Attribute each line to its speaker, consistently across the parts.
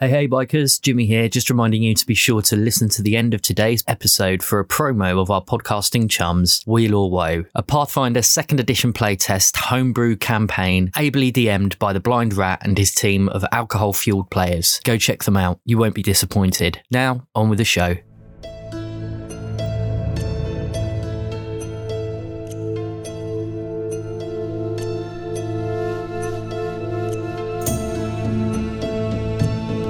Speaker 1: Hey, hey, bikers, Jimmy here, just reminding you to be sure to listen to the end of today's episode for a promo of our podcasting chums, Wheel or Woe, a Pathfinder second edition playtest homebrew campaign ably DM'd by the Blind Rat and his team of alcohol fueled players. Go check them out, you won't be disappointed. Now, on with the show.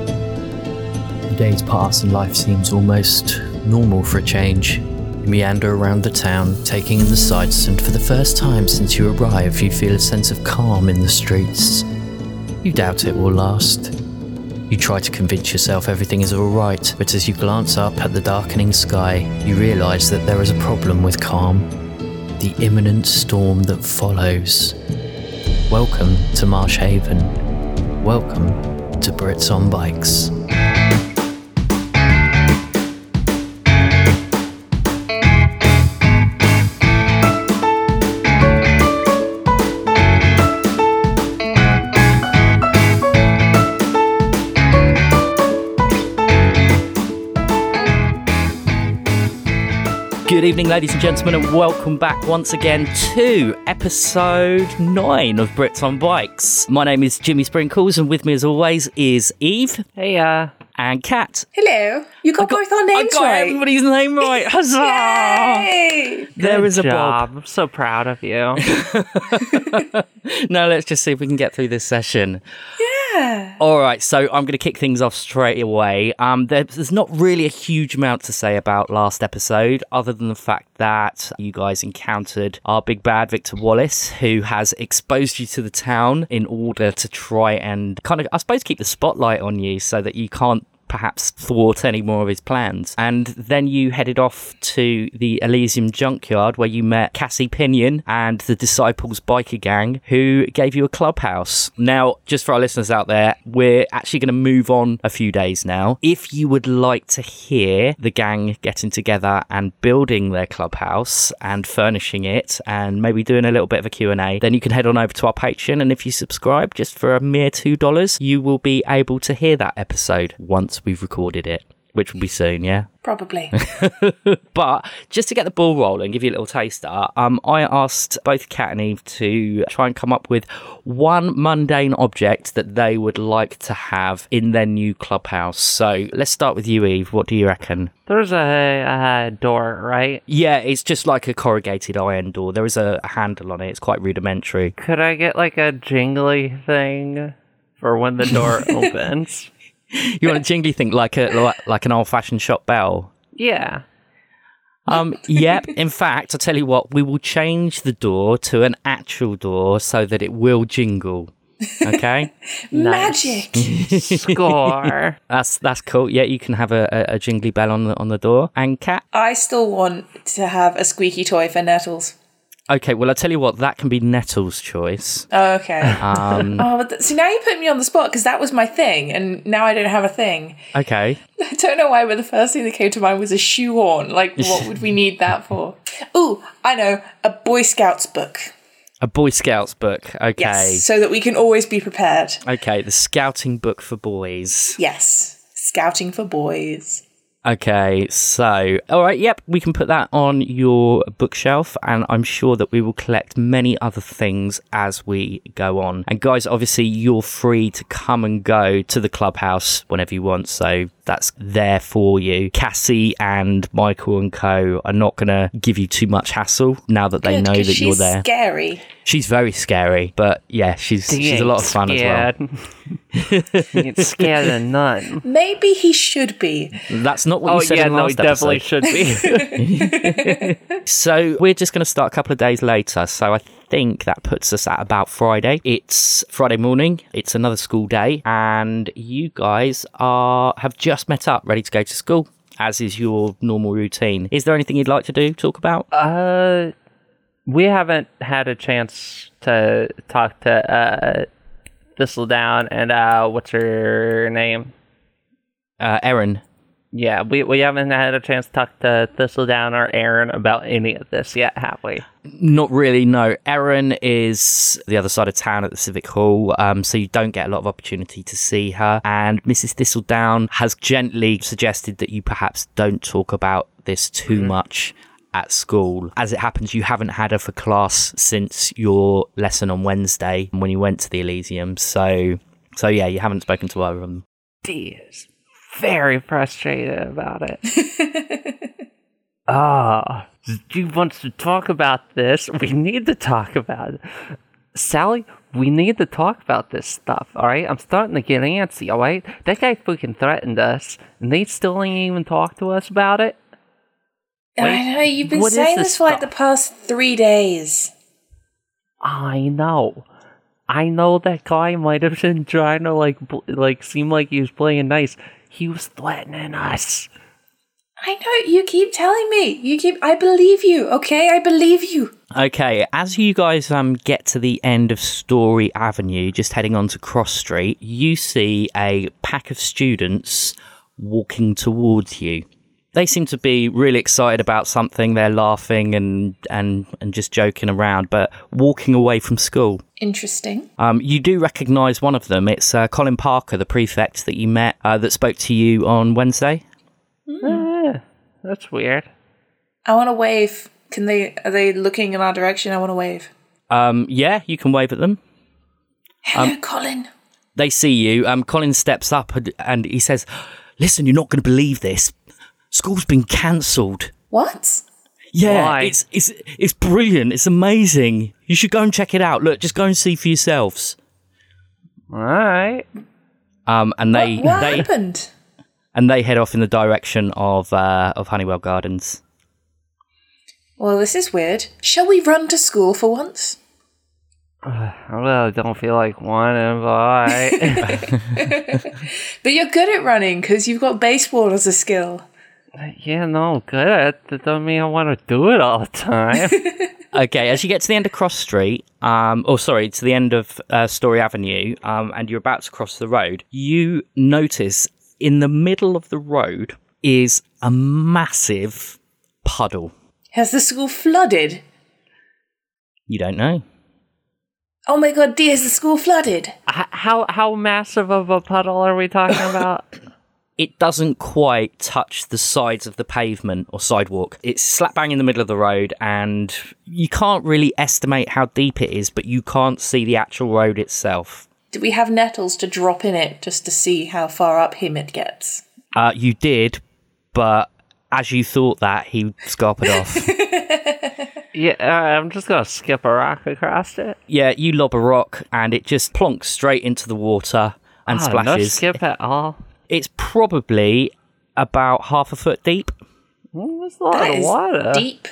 Speaker 1: The days pass and life seems almost normal for a change. You meander around the town, taking in the sights, and for the first time since you arrive, you feel a sense of calm in the streets. You doubt it will last. You try to convince yourself everything is alright, but as you glance up at the darkening sky, you realise that there is a problem with calm the imminent storm that follows. Welcome to Marsh Haven. Welcome to Brits on Bikes.
Speaker 2: Good evening, ladies and gentlemen, and welcome back once again to episode nine of Brits on Bikes. My name is Jimmy Sprinkles, and with me, as always, is Eve. Hey, uh, and Kat.
Speaker 3: Hello. You got, both our
Speaker 2: I
Speaker 3: names
Speaker 2: got
Speaker 3: right.
Speaker 2: everybody's name right. Huzzah!
Speaker 3: Yay!
Speaker 2: There is a Bob.
Speaker 4: I'm so proud of you.
Speaker 2: Now let's just see if we can get through this session. Yeah. All right, so I'm going to kick things off straight away. Um, there- there's not really a huge amount to say about last episode, other than the fact that you guys encountered our big bad Victor Wallace, who has exposed you to the town in order to try and kind of, I suppose, keep the spotlight on you so that you can't perhaps thwart any more of his plans. And then you headed off to the Elysium Junkyard where you met Cassie Pinion and the Disciples Biker Gang who gave you a clubhouse. Now, just for our listeners out there, we're actually going to move on a few days now. If you would like to hear the gang getting together and building their clubhouse and furnishing it and maybe doing a little bit of a Q&A, then you can head on over to our Patreon and if you subscribe just for a mere $2, you will be able to hear that episode once we've recorded it, which will be soon, yeah?
Speaker 3: Probably.
Speaker 2: But just to get the ball rolling, give you a little taster, um, I asked both Kat and Eve to try and come up with one mundane object that they would like to have in their new clubhouse. So let's start with you, Eve. What do you reckon?
Speaker 4: There's a, a door, right?
Speaker 2: Yeah, it's just like a corrugated iron door. There is a, a handle on it. It's quite rudimentary.
Speaker 4: Could I get like a jingly thing for when the door opens?
Speaker 2: You want a jingly thing like a like, like an old fashioned shop bell?
Speaker 4: Yeah.
Speaker 2: Um, yep. In fact, I tell you what, we will change the door to an actual door so that it will jingle. Okay,
Speaker 3: Magic.
Speaker 4: Score.
Speaker 2: that's that's cool. Yeah, you can have a, a, a jingly bell on the on the door. And cat.
Speaker 3: I still want to have a squeaky toy for nettles.
Speaker 2: Okay, well I tell you what, that can be Nettle's choice.
Speaker 3: Oh, okay. oh, but th- see, now you put me on the spot because that was my thing, and now I don't have a thing.
Speaker 2: Okay,
Speaker 3: I don't know why, but the first thing that came to mind was a shoehorn. Like, what would we need that for? Ooh, I know, a Boy Scouts book.
Speaker 2: a Boy Scouts book. Okay,
Speaker 3: Yes. So that we can always be prepared.
Speaker 2: okay, the Scouting book for boys.
Speaker 3: Yes. Scouting for boys.
Speaker 2: Okay, so all right, yep, we can put that on your bookshelf, and I'm sure that we will collect many other things as we go on. And guys, obviously, you're free to come and go to the clubhouse whenever you want, so that's there for you. Cassie and Michael and Co are not gonna give you too much hassle now that they
Speaker 3: Good,
Speaker 2: know
Speaker 3: 'cause
Speaker 2: that you're
Speaker 3: she's
Speaker 2: there.
Speaker 3: Scary.
Speaker 2: She's very scary, but yeah, she's she's a lot of fun as
Speaker 4: well. you get scared and none.
Speaker 3: Maybe he should be.
Speaker 2: well. That's not what
Speaker 4: Oh
Speaker 2: you said
Speaker 4: yeah,
Speaker 2: in
Speaker 4: no, it
Speaker 2: last
Speaker 4: definitely
Speaker 2: episode.
Speaker 4: should be.
Speaker 2: So we're just going to start a couple of days later. So I think that puts us at about Friday. It's Friday morning. It's another school day, and you guys are have just met up, ready to go to school, as is your normal routine. Is there anything you'd like to do? Talk about?
Speaker 4: Uh, we haven't had a chance to talk to uh, Thistledown and uh, what's her name?
Speaker 2: Uh, Erin.
Speaker 4: Yeah, we, we haven't had a chance to talk to Thistledown or Aaron about any of this yet, have we?
Speaker 2: Not really, no. Erin is the other side of town at the Civic Hall, um, so you don't get a lot of opportunity to see her. And Mrs. Thistledown has gently suggested that you perhaps don't talk about this too much at school. As it happens, you haven't had her for class since your lesson on Wednesday when you went to the Elysium. So, so yeah, you haven't spoken to either of them.
Speaker 4: She is very frustrated about it. Ah, she wants to talk about this. We need to talk about it. Sally, we need to talk about this stuff, alright? I'm starting to get antsy, alright? That guy freaking threatened us, and they still ain't even talked to us about it.
Speaker 3: I know you've been
Speaker 4: what is
Speaker 3: saying
Speaker 4: this
Speaker 3: this, for like the
Speaker 4: stuff?
Speaker 3: past three days.
Speaker 4: I know. I know that guy might have been trying to like bl- like seem like he was playing nice. He was threatening us.
Speaker 3: I know you keep telling me. You keep. I believe you. Okay, I believe you.
Speaker 2: Okay, as you guys um get to the end of Story Avenue, just heading on to Cross Street, you see a pack of students walking towards you. They seem to be really excited about something. They're laughing and and and just joking around, but walking away from school.
Speaker 3: Interesting.
Speaker 2: Um, you do recognise one of them. It's uh, Colin Parker, the prefect that you met uh, that spoke to you on Wednesday.
Speaker 4: Eh, that's weird.
Speaker 3: I want to wave. Can they? Are they looking in our direction? I want to wave.
Speaker 2: Um, yeah, you can wave at them.
Speaker 3: Hello,
Speaker 4: Um,
Speaker 3: Colin.
Speaker 2: they see you. Um, Colin steps up and, and he says, "Listen, you're not going to believe this. School's been cancelled.
Speaker 3: What?
Speaker 2: Yeah,
Speaker 4: Why?
Speaker 2: it's it's it's brilliant. It's amazing. You should go and check it out. Look, just go and see for yourselves."
Speaker 4: All right.
Speaker 2: Um, and they
Speaker 3: what what
Speaker 2: they
Speaker 3: happened?
Speaker 2: and they head off in the direction of uh, of Honeywell Gardens.
Speaker 3: Well, this is weird. Shall we run to school for once?
Speaker 4: I really don't feel like one of I.
Speaker 3: But you're good at running because you've got baseball as a skill.
Speaker 4: yeah, no, good. at- That don't mean I want to do it all the time.
Speaker 2: Okay, as you get to the end of Cross Street, um, or sorry, to the end of uh, Story Avenue, um, and you're about to cross the road, you notice in the middle of the road is a massive puddle.
Speaker 3: Has the school flooded?
Speaker 2: You don't know.
Speaker 3: Oh my god, dear, is the school flooded?
Speaker 4: H- how how massive of a puddle are we talking about?
Speaker 2: It doesn't quite touch the sides of the pavement or sidewalk. It's slap bang in the middle of the road, and you can't really estimate how deep it is, but you can't see the actual road itself.
Speaker 3: Do we have nettles to drop in it just to see how far up him it gets?
Speaker 2: Uh, you did, but as you thought that, he scarpered off.
Speaker 4: yeah, uh, I'm just gonna skip a rock across it.
Speaker 2: Yeah, you lob a rock and it just plonks straight into the water and
Speaker 4: Oh, no
Speaker 2: splashes.
Speaker 4: skip at all.
Speaker 2: It's probably about half a foot deep.
Speaker 4: Mm, That's a lot
Speaker 3: That
Speaker 4: of
Speaker 3: is
Speaker 4: water.
Speaker 3: deep.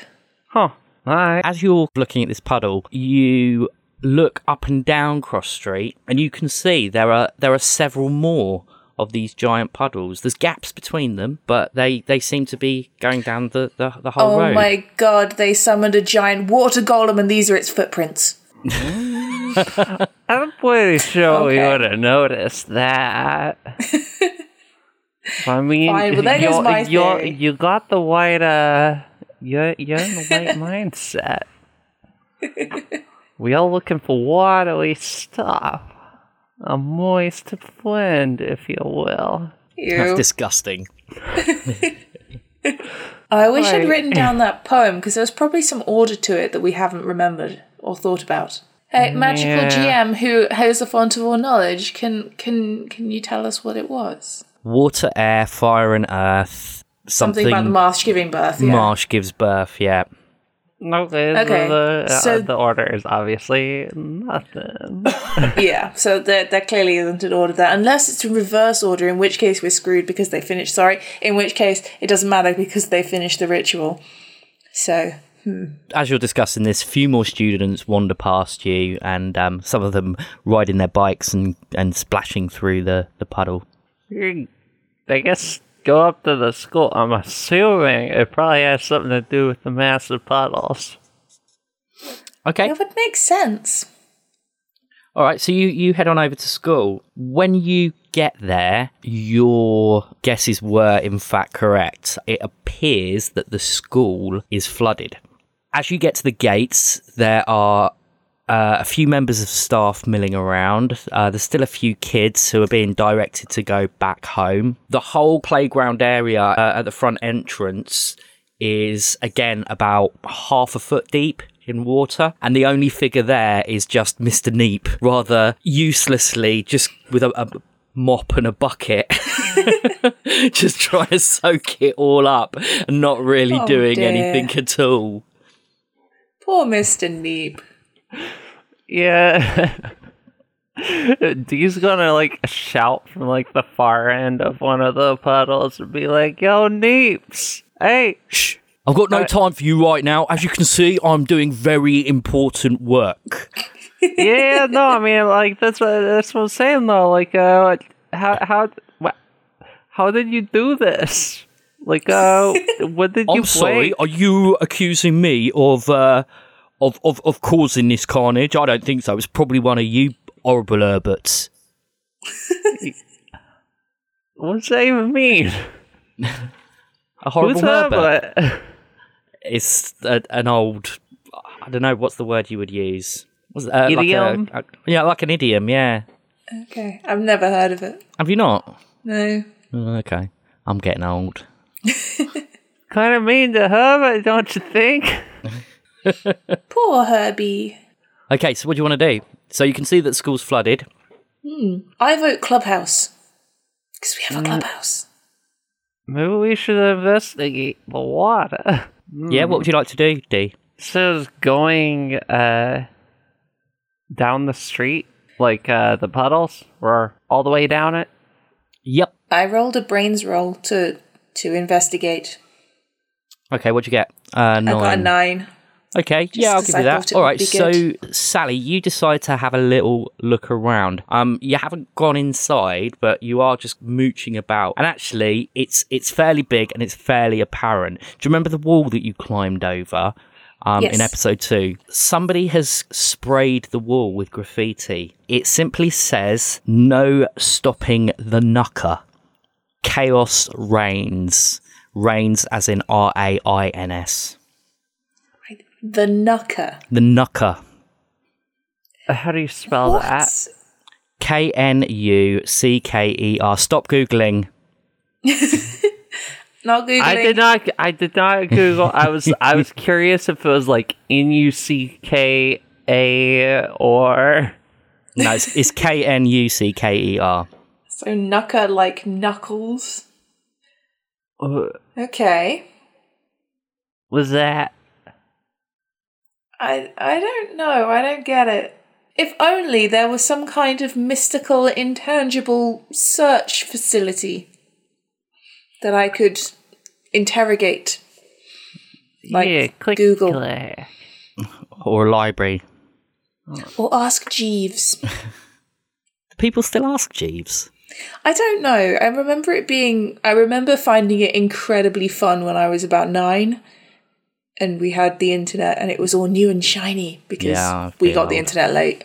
Speaker 4: Huh. All right.
Speaker 2: As you're looking at this puddle, you look up and down Cross Street and you can see there are there are several more of these giant puddles. There's gaps between them, but they, they seem to be going down the, the, the whole
Speaker 3: Oh
Speaker 2: road.
Speaker 3: my god, they summoned a giant water golem and these are its footprints.
Speaker 4: I'm pretty sure we
Speaker 3: Okay.
Speaker 4: would have noticed that. I mean,
Speaker 3: Fine, well, there goes
Speaker 4: you're-
Speaker 3: my
Speaker 4: you're-
Speaker 3: theory.
Speaker 4: you got the white, uh, you're, you're in the right mindset. we all looking for watery stuff. A moist blend, if you will.
Speaker 2: That's
Speaker 3: Ew.
Speaker 2: disgusting.
Speaker 3: I wish I'd
Speaker 4: Right.
Speaker 3: written down that poem because there was probably some order to it that we haven't remembered or thought about. Hey, magical
Speaker 4: Yeah.
Speaker 3: GM, who has the font of all knowledge, can can can you tell us what it was?
Speaker 2: Water, air, fire and earth. Something,
Speaker 3: Something, about the marsh giving birth. Yeah.
Speaker 2: Marsh gives birth, yeah.
Speaker 4: No, the,
Speaker 3: Okay,
Speaker 4: the, uh,
Speaker 3: so-
Speaker 4: the order is obviously nothing.
Speaker 3: Yeah, so there, there clearly isn't an order there, unless it's in reverse order, in which case we're screwed because they finished. Sorry, in which case it doesn't matter because they finished the ritual. So
Speaker 2: as you're discussing this, few more students wander past you, and um, some of them riding their bikes and, and splashing through the, the puddle.
Speaker 4: I guess go up to the school. I'm assuming it probably has something to do with the massive puddles.
Speaker 2: Okay.
Speaker 3: that would make sense.
Speaker 2: All right, so you, you head on over to school. When you get there, your guesses were in fact correct. It appears that the school is flooded. As you get to the gates, there are uh, a few members of staff milling around. Uh, there's still a few kids who are being directed to go back home. The whole playground area uh, at the front entrance is again about half a foot deep in water, and the only figure there is just Mr. Neep, rather uselessly, just with a, a mop and a bucket, just trying to soak it all up and not really
Speaker 3: Oh,
Speaker 2: doing
Speaker 3: dear.
Speaker 2: anything at all.
Speaker 3: Poor Mr. Neep.
Speaker 4: Yeah. Dee's gonna like shout from like the far end of one of the puddles and be like, "Yo, Neeps, hey!"
Speaker 2: Shh. I've got no time for you right now. As you can see, I'm doing very important work.
Speaker 4: Yeah, no, I mean, like that's what that's what I'm saying though. Like, uh, how how wha- how did you do this? Like, uh, what did
Speaker 2: I'm
Speaker 4: you
Speaker 2: sorry.
Speaker 4: play?
Speaker 2: Are you accusing me of, uh, of of of causing this carnage? I don't think so. It's probably one of you horrible Herberts.
Speaker 4: What's that even mean?
Speaker 2: A horrible
Speaker 4: Who's up?
Speaker 2: Herbert. It's a, an old. I don't know what's the word you would use. Was it, uh, like a-
Speaker 4: Idiom?
Speaker 2: a- yeah, like an idiom. Yeah.
Speaker 3: Okay, I've never heard of it.
Speaker 2: Have you not?
Speaker 3: No.
Speaker 2: Uh, Okay. I'm getting old.
Speaker 4: Kind of mean to Herbert, don't you think?
Speaker 3: Poor Herbie.
Speaker 2: Okay. So what do you want to do? So you can see that school's flooded.
Speaker 3: I vote Clubhouse. Because we
Speaker 4: Mm.
Speaker 3: have a clubhouse.
Speaker 4: Maybe we should investigate the water.
Speaker 2: Yeah. What would you like to do, D?
Speaker 4: says going uh down the street, like uh the puddles, or all the way down it.
Speaker 2: Yep.
Speaker 3: I rolled a brains roll to to investigate.
Speaker 2: Okay, what'd you get? Uh, nine.
Speaker 3: I got a nine.
Speaker 2: Okay, yeah, I'll give
Speaker 3: because
Speaker 2: you
Speaker 3: I thought
Speaker 2: that.
Speaker 3: it
Speaker 2: All
Speaker 3: would
Speaker 2: right,
Speaker 3: be
Speaker 2: so
Speaker 3: good.
Speaker 2: Sally, you decide to have a little look around. Um, you haven't gone inside, but you are just mooching about, and actually, it's it's fairly big and it's fairly apparent. Do you remember the wall that you climbed over? Um, In
Speaker 3: Yes.
Speaker 2: episode two, somebody has sprayed the wall with graffiti. It simply says, "No stopping the knucker." Chaos reigns. Reigns as in R A I N S.
Speaker 3: The Knucker.
Speaker 2: The knucker.
Speaker 4: Uh, How do you spell that?
Speaker 3: What?
Speaker 2: K N U C K E R. Stop googling.
Speaker 3: Not Googling.
Speaker 4: I did not. I did not Google. I was. I was curious if it was like N U C K A or.
Speaker 2: No, it's, it's K N U C K E R.
Speaker 3: So Knucker like knuckles. Okay.
Speaker 4: Was that?
Speaker 3: I I don't know. I don't get it. If only there was some kind of mystical, intangible search facility that I could interrogate. Like
Speaker 4: yeah, click
Speaker 3: Google.
Speaker 4: click.
Speaker 2: Or a library.
Speaker 3: Or ask Jeeves.
Speaker 2: People still ask Jeeves.
Speaker 3: I don't know. I remember it being. I remember finding it incredibly fun when I was about nine, and we had the internet, and it was all new and shiny because
Speaker 2: Yeah, I
Speaker 3: we
Speaker 2: feel
Speaker 3: got the
Speaker 2: old.
Speaker 3: internet late.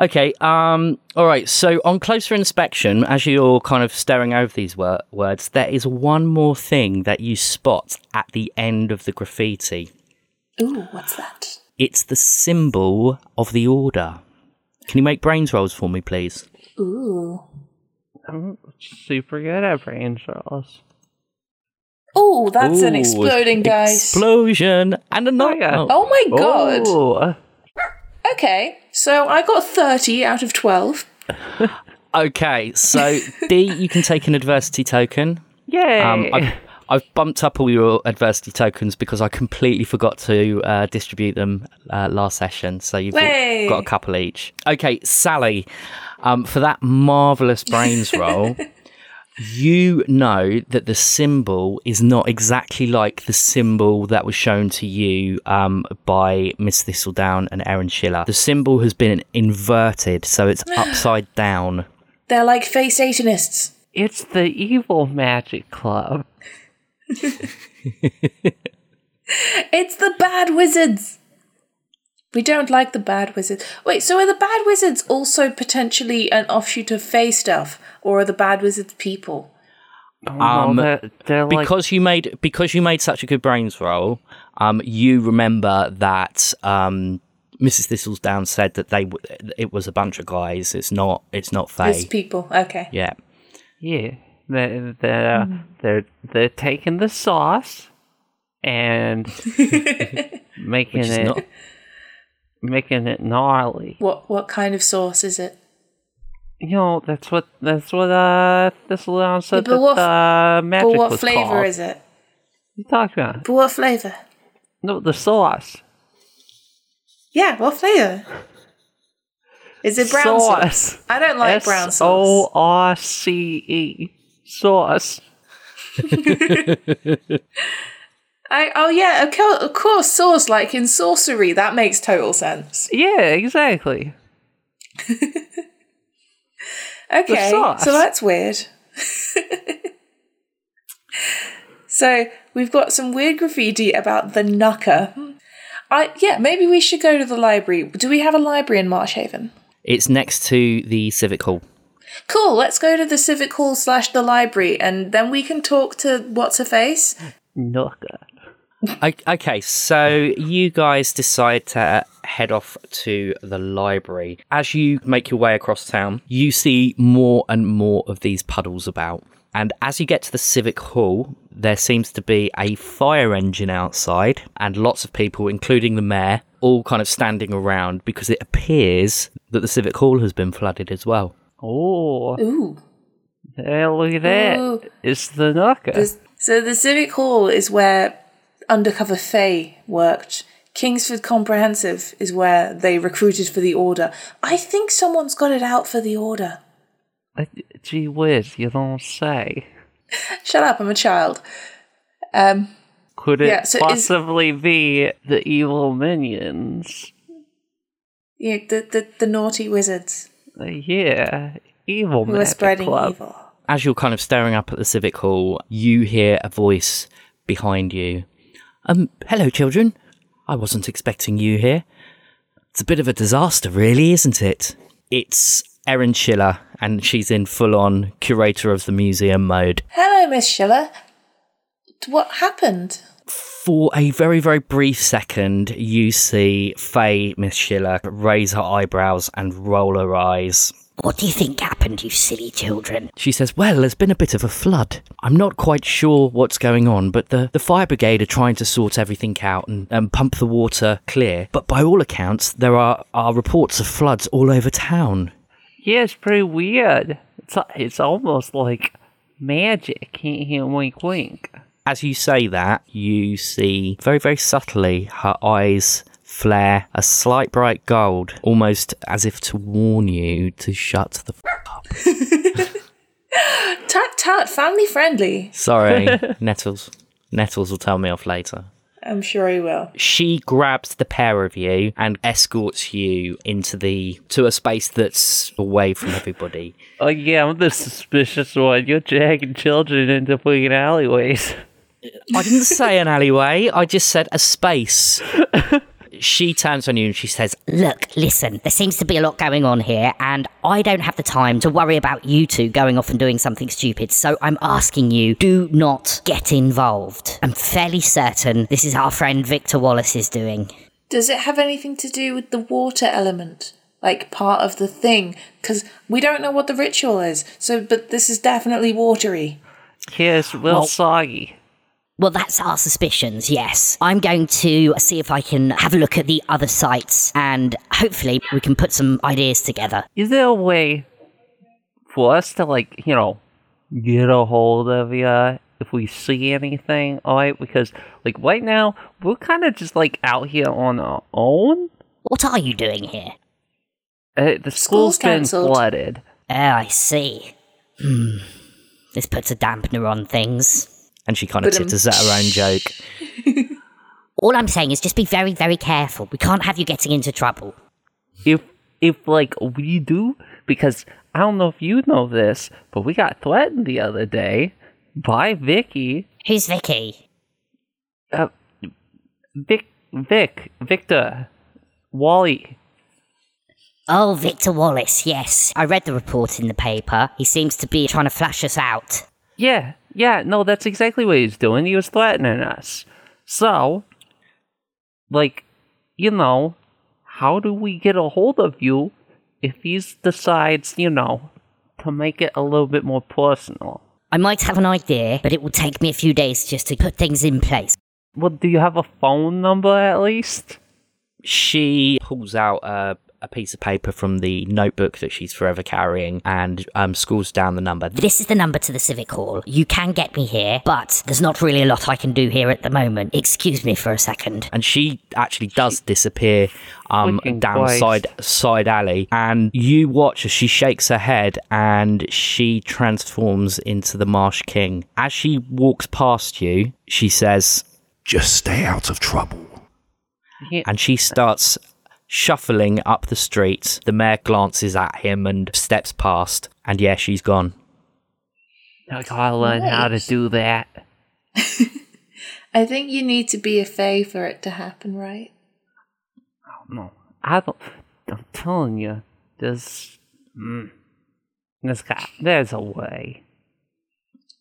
Speaker 2: Okay, um, all right. So, on closer inspection, as you're kind of staring over these wor- words, there is one more thing that you spot at the end of the graffiti.
Speaker 3: Ooh, what's that?
Speaker 2: It's the symbol of the order. Can you make brains rolls for me, please?
Speaker 3: Ooh.
Speaker 4: I'm super good at brain rolls.
Speaker 3: Oh, that's an
Speaker 2: Ooh,
Speaker 3: exploding dice.
Speaker 2: Explosion and a
Speaker 4: Oh, yeah.
Speaker 2: knife.
Speaker 3: Oh my
Speaker 2: Um,
Speaker 3: god.
Speaker 4: Oh,
Speaker 3: Okay, so I got 30 out of 12.
Speaker 2: Okay, so D, you can take an adversity token.
Speaker 4: yay!
Speaker 2: Um, I've, I've bumped up all your adversity tokens because I completely forgot to uh, distribute them uh, last session. So you've all
Speaker 3: Way.
Speaker 2: got a couple each. Okay, Sally, um, for that marvelous brains roll, you know that the symbol is not exactly like the symbol that was shown to you um, by Miss Thistledown and Erin Schiller. The symbol has been inverted, so it's upside down.
Speaker 3: They're like face Satanists.
Speaker 4: it's the evil magic club.
Speaker 3: It's the bad wizards. We don't like the bad wizards. Wait, so are the bad wizards also potentially an offshoot of Fey stuff, or are the bad wizards people?
Speaker 4: Oh,
Speaker 2: Um,
Speaker 4: no, they're, they're like
Speaker 2: because you made because you made such a good brains roll, um, you remember that um, Mrs. Thistledown said that they w- it was a bunch of guys. It's not it's not
Speaker 3: It's
Speaker 2: Faye.
Speaker 3: people. Okay.
Speaker 2: yeah,
Speaker 4: yeah, they're they're, uh,
Speaker 3: Hmm.
Speaker 4: they're they're taking the sauce and making
Speaker 2: which is
Speaker 4: it
Speaker 2: not
Speaker 4: making it gnarly.
Speaker 3: What what kind of sauce is it?
Speaker 4: You know, that's what that's what uh this little said
Speaker 3: Yeah, but what-
Speaker 4: that uh, magic
Speaker 3: but what
Speaker 4: was
Speaker 3: flavor
Speaker 4: called.
Speaker 3: is it?
Speaker 4: You talking about?
Speaker 3: But what flavor?
Speaker 4: No, the sauce.
Speaker 3: Yeah, what flavor? Is it brown sauce? I don't like brown
Speaker 4: S
Speaker 3: sauce.
Speaker 4: O R C E sauce.
Speaker 3: I, oh yeah, of course, of course, sauce like in sorcery. That makes total sense.
Speaker 4: Yeah, exactly.
Speaker 3: Okay,
Speaker 4: sauce.
Speaker 3: so that's weird. so we've got some weird graffiti about the knucker. I yeah, maybe we should go to the library. Do we have a library in Marsh Haven?
Speaker 2: it's next to the Civic Hall.
Speaker 3: Cool. Let's go to the civic hall slash the library, and then we can talk to what's her face.
Speaker 4: Nooka.
Speaker 2: O- Okay, so you guys decide to head off to the library. As you make your way across town, you see more and more of these puddles about. And as you get to the Civic Hall, there seems to be a fire engine outside and lots of people, including the mayor, all kind of standing around because it appears that the Civic Hall has been flooded as well.
Speaker 4: Oh,
Speaker 3: Ooh.
Speaker 4: there, look at that.
Speaker 3: Ooh.
Speaker 4: It's the Nooka.
Speaker 3: There's- So the Civic Hall is where undercover Faye worked. Kingsford Comprehensive is where they recruited for the Order. I think someone's got it out for the Order.
Speaker 4: Uh, Gee whiz, you don't say.
Speaker 3: Shut up, I'm a child. Um,
Speaker 4: Could it
Speaker 3: Yeah, so is-
Speaker 4: possibly be the evil minions?
Speaker 3: you know, the, the the naughty wizards
Speaker 4: Uh, yeah, evil
Speaker 3: who are
Speaker 4: magic
Speaker 3: spreading
Speaker 4: club.
Speaker 3: evil.
Speaker 2: as you're kind of staring up at the civic hall, you hear a voice behind you. Um, hello, children. I wasn't expecting you here. It's a bit of a disaster, really, isn't it? It's Erin Schiller, and she's in full on curator of the museum mode.
Speaker 3: Hello, Miss Schiller. What happened?
Speaker 2: For a very, very brief second, you see Faye Miss Schiller raise her eyebrows and roll her eyes.
Speaker 5: What do you think happened, you silly children?
Speaker 2: She says, Well, there's been a bit of a flood. I'm not quite sure what's going on, but the, the fire brigade are trying to sort everything out and, and pump the water clear. But by all accounts, there are, are reports of floods all over town.
Speaker 4: Yeah, it's pretty weird. It's it's almost like magic. Hint, hint, wink, wink.
Speaker 2: As you say that, you see very, very subtly her eyes flare a slight bright gold, almost as if to warn you to shut the f up.
Speaker 3: Tut tut, family friendly.
Speaker 2: Sorry, Nettles. Nettles will tell me off later.
Speaker 3: I'm sure he will.
Speaker 2: she grabs the pair of you and escorts you into the to a space that's away from everybody.
Speaker 4: Oh yeah, I'm the suspicious one. You're dragging children into fucking alleyways.
Speaker 2: I didn't say an alleyway, I just said a space. she turns on you and she says,
Speaker 5: Look, listen, there seems to be a lot going on here, and I don't have the time to worry about you two going off and doing something stupid, so I'm asking you do not get involved. I'm fairly certain this is our friend Victor Wallace is doing.
Speaker 3: Does it have anything to do with the water element? Like part of the thing? Because we don't know what the ritual is. So, but this is definitely watery.
Speaker 4: Here's Will Soggy.
Speaker 5: Well, that's our suspicions, yes. I'm going to see if I can have a look at the other sites, and hopefully we can put some ideas together.
Speaker 4: Is there a way for us to like, you know, get a hold of you if we see anything? Alright, because like right now we're kind of just like out here on our own.
Speaker 5: What are you doing here?
Speaker 4: Uh, the school's
Speaker 3: School's
Speaker 4: been
Speaker 3: cancelled.
Speaker 4: flooded.
Speaker 5: Oh, I see. Hmm. This puts a dampener on things.
Speaker 2: and she kind of
Speaker 3: Ba-dum.
Speaker 2: titters at her own joke.
Speaker 5: All I'm saying is just be very, very careful. We can't have you getting into trouble.
Speaker 4: if if like we do because I don't know if you know this, but we got threatened the other day by Vicky,
Speaker 5: Who's Vicky?
Speaker 4: uh, Vic, Vic, Victor, Wally.
Speaker 5: Oh, Victor Wallace, yes. I read the report in the paper. He seems to be trying to flash us out.
Speaker 4: Yeah, yeah, no, that's exactly what he was doing. He was threatening us. So, like, you know, how do we get a hold of you if he decides, you know, to make it a little bit more personal?
Speaker 5: I might have an idea, but it will take me a few days just to put things in place.
Speaker 4: Well, do you have a phone number at least?
Speaker 2: she pulls out a, a piece of paper from the notebook that she's forever carrying and um, scrawls down the number.
Speaker 5: This is the number to the Civic Hall. You can get me here, but there's not really a lot I can do here at the moment. Excuse me for a second.
Speaker 2: And she actually does disappear um,
Speaker 4: Freaking
Speaker 2: down
Speaker 4: Christ.
Speaker 2: side side alley. And you watch as she shakes her head and she transforms into the Marsh King. As she walks past you, she says,
Speaker 6: Just stay out of trouble.
Speaker 2: and she starts shuffling up the street. The mayor glances at him and steps past. And yeah, she's gone.
Speaker 4: I gotta learn how to do that.
Speaker 3: I think you need to be a fae for it to happen, right?
Speaker 4: No, I don't. I'm telling you, this. Mm, this guy. There's a way.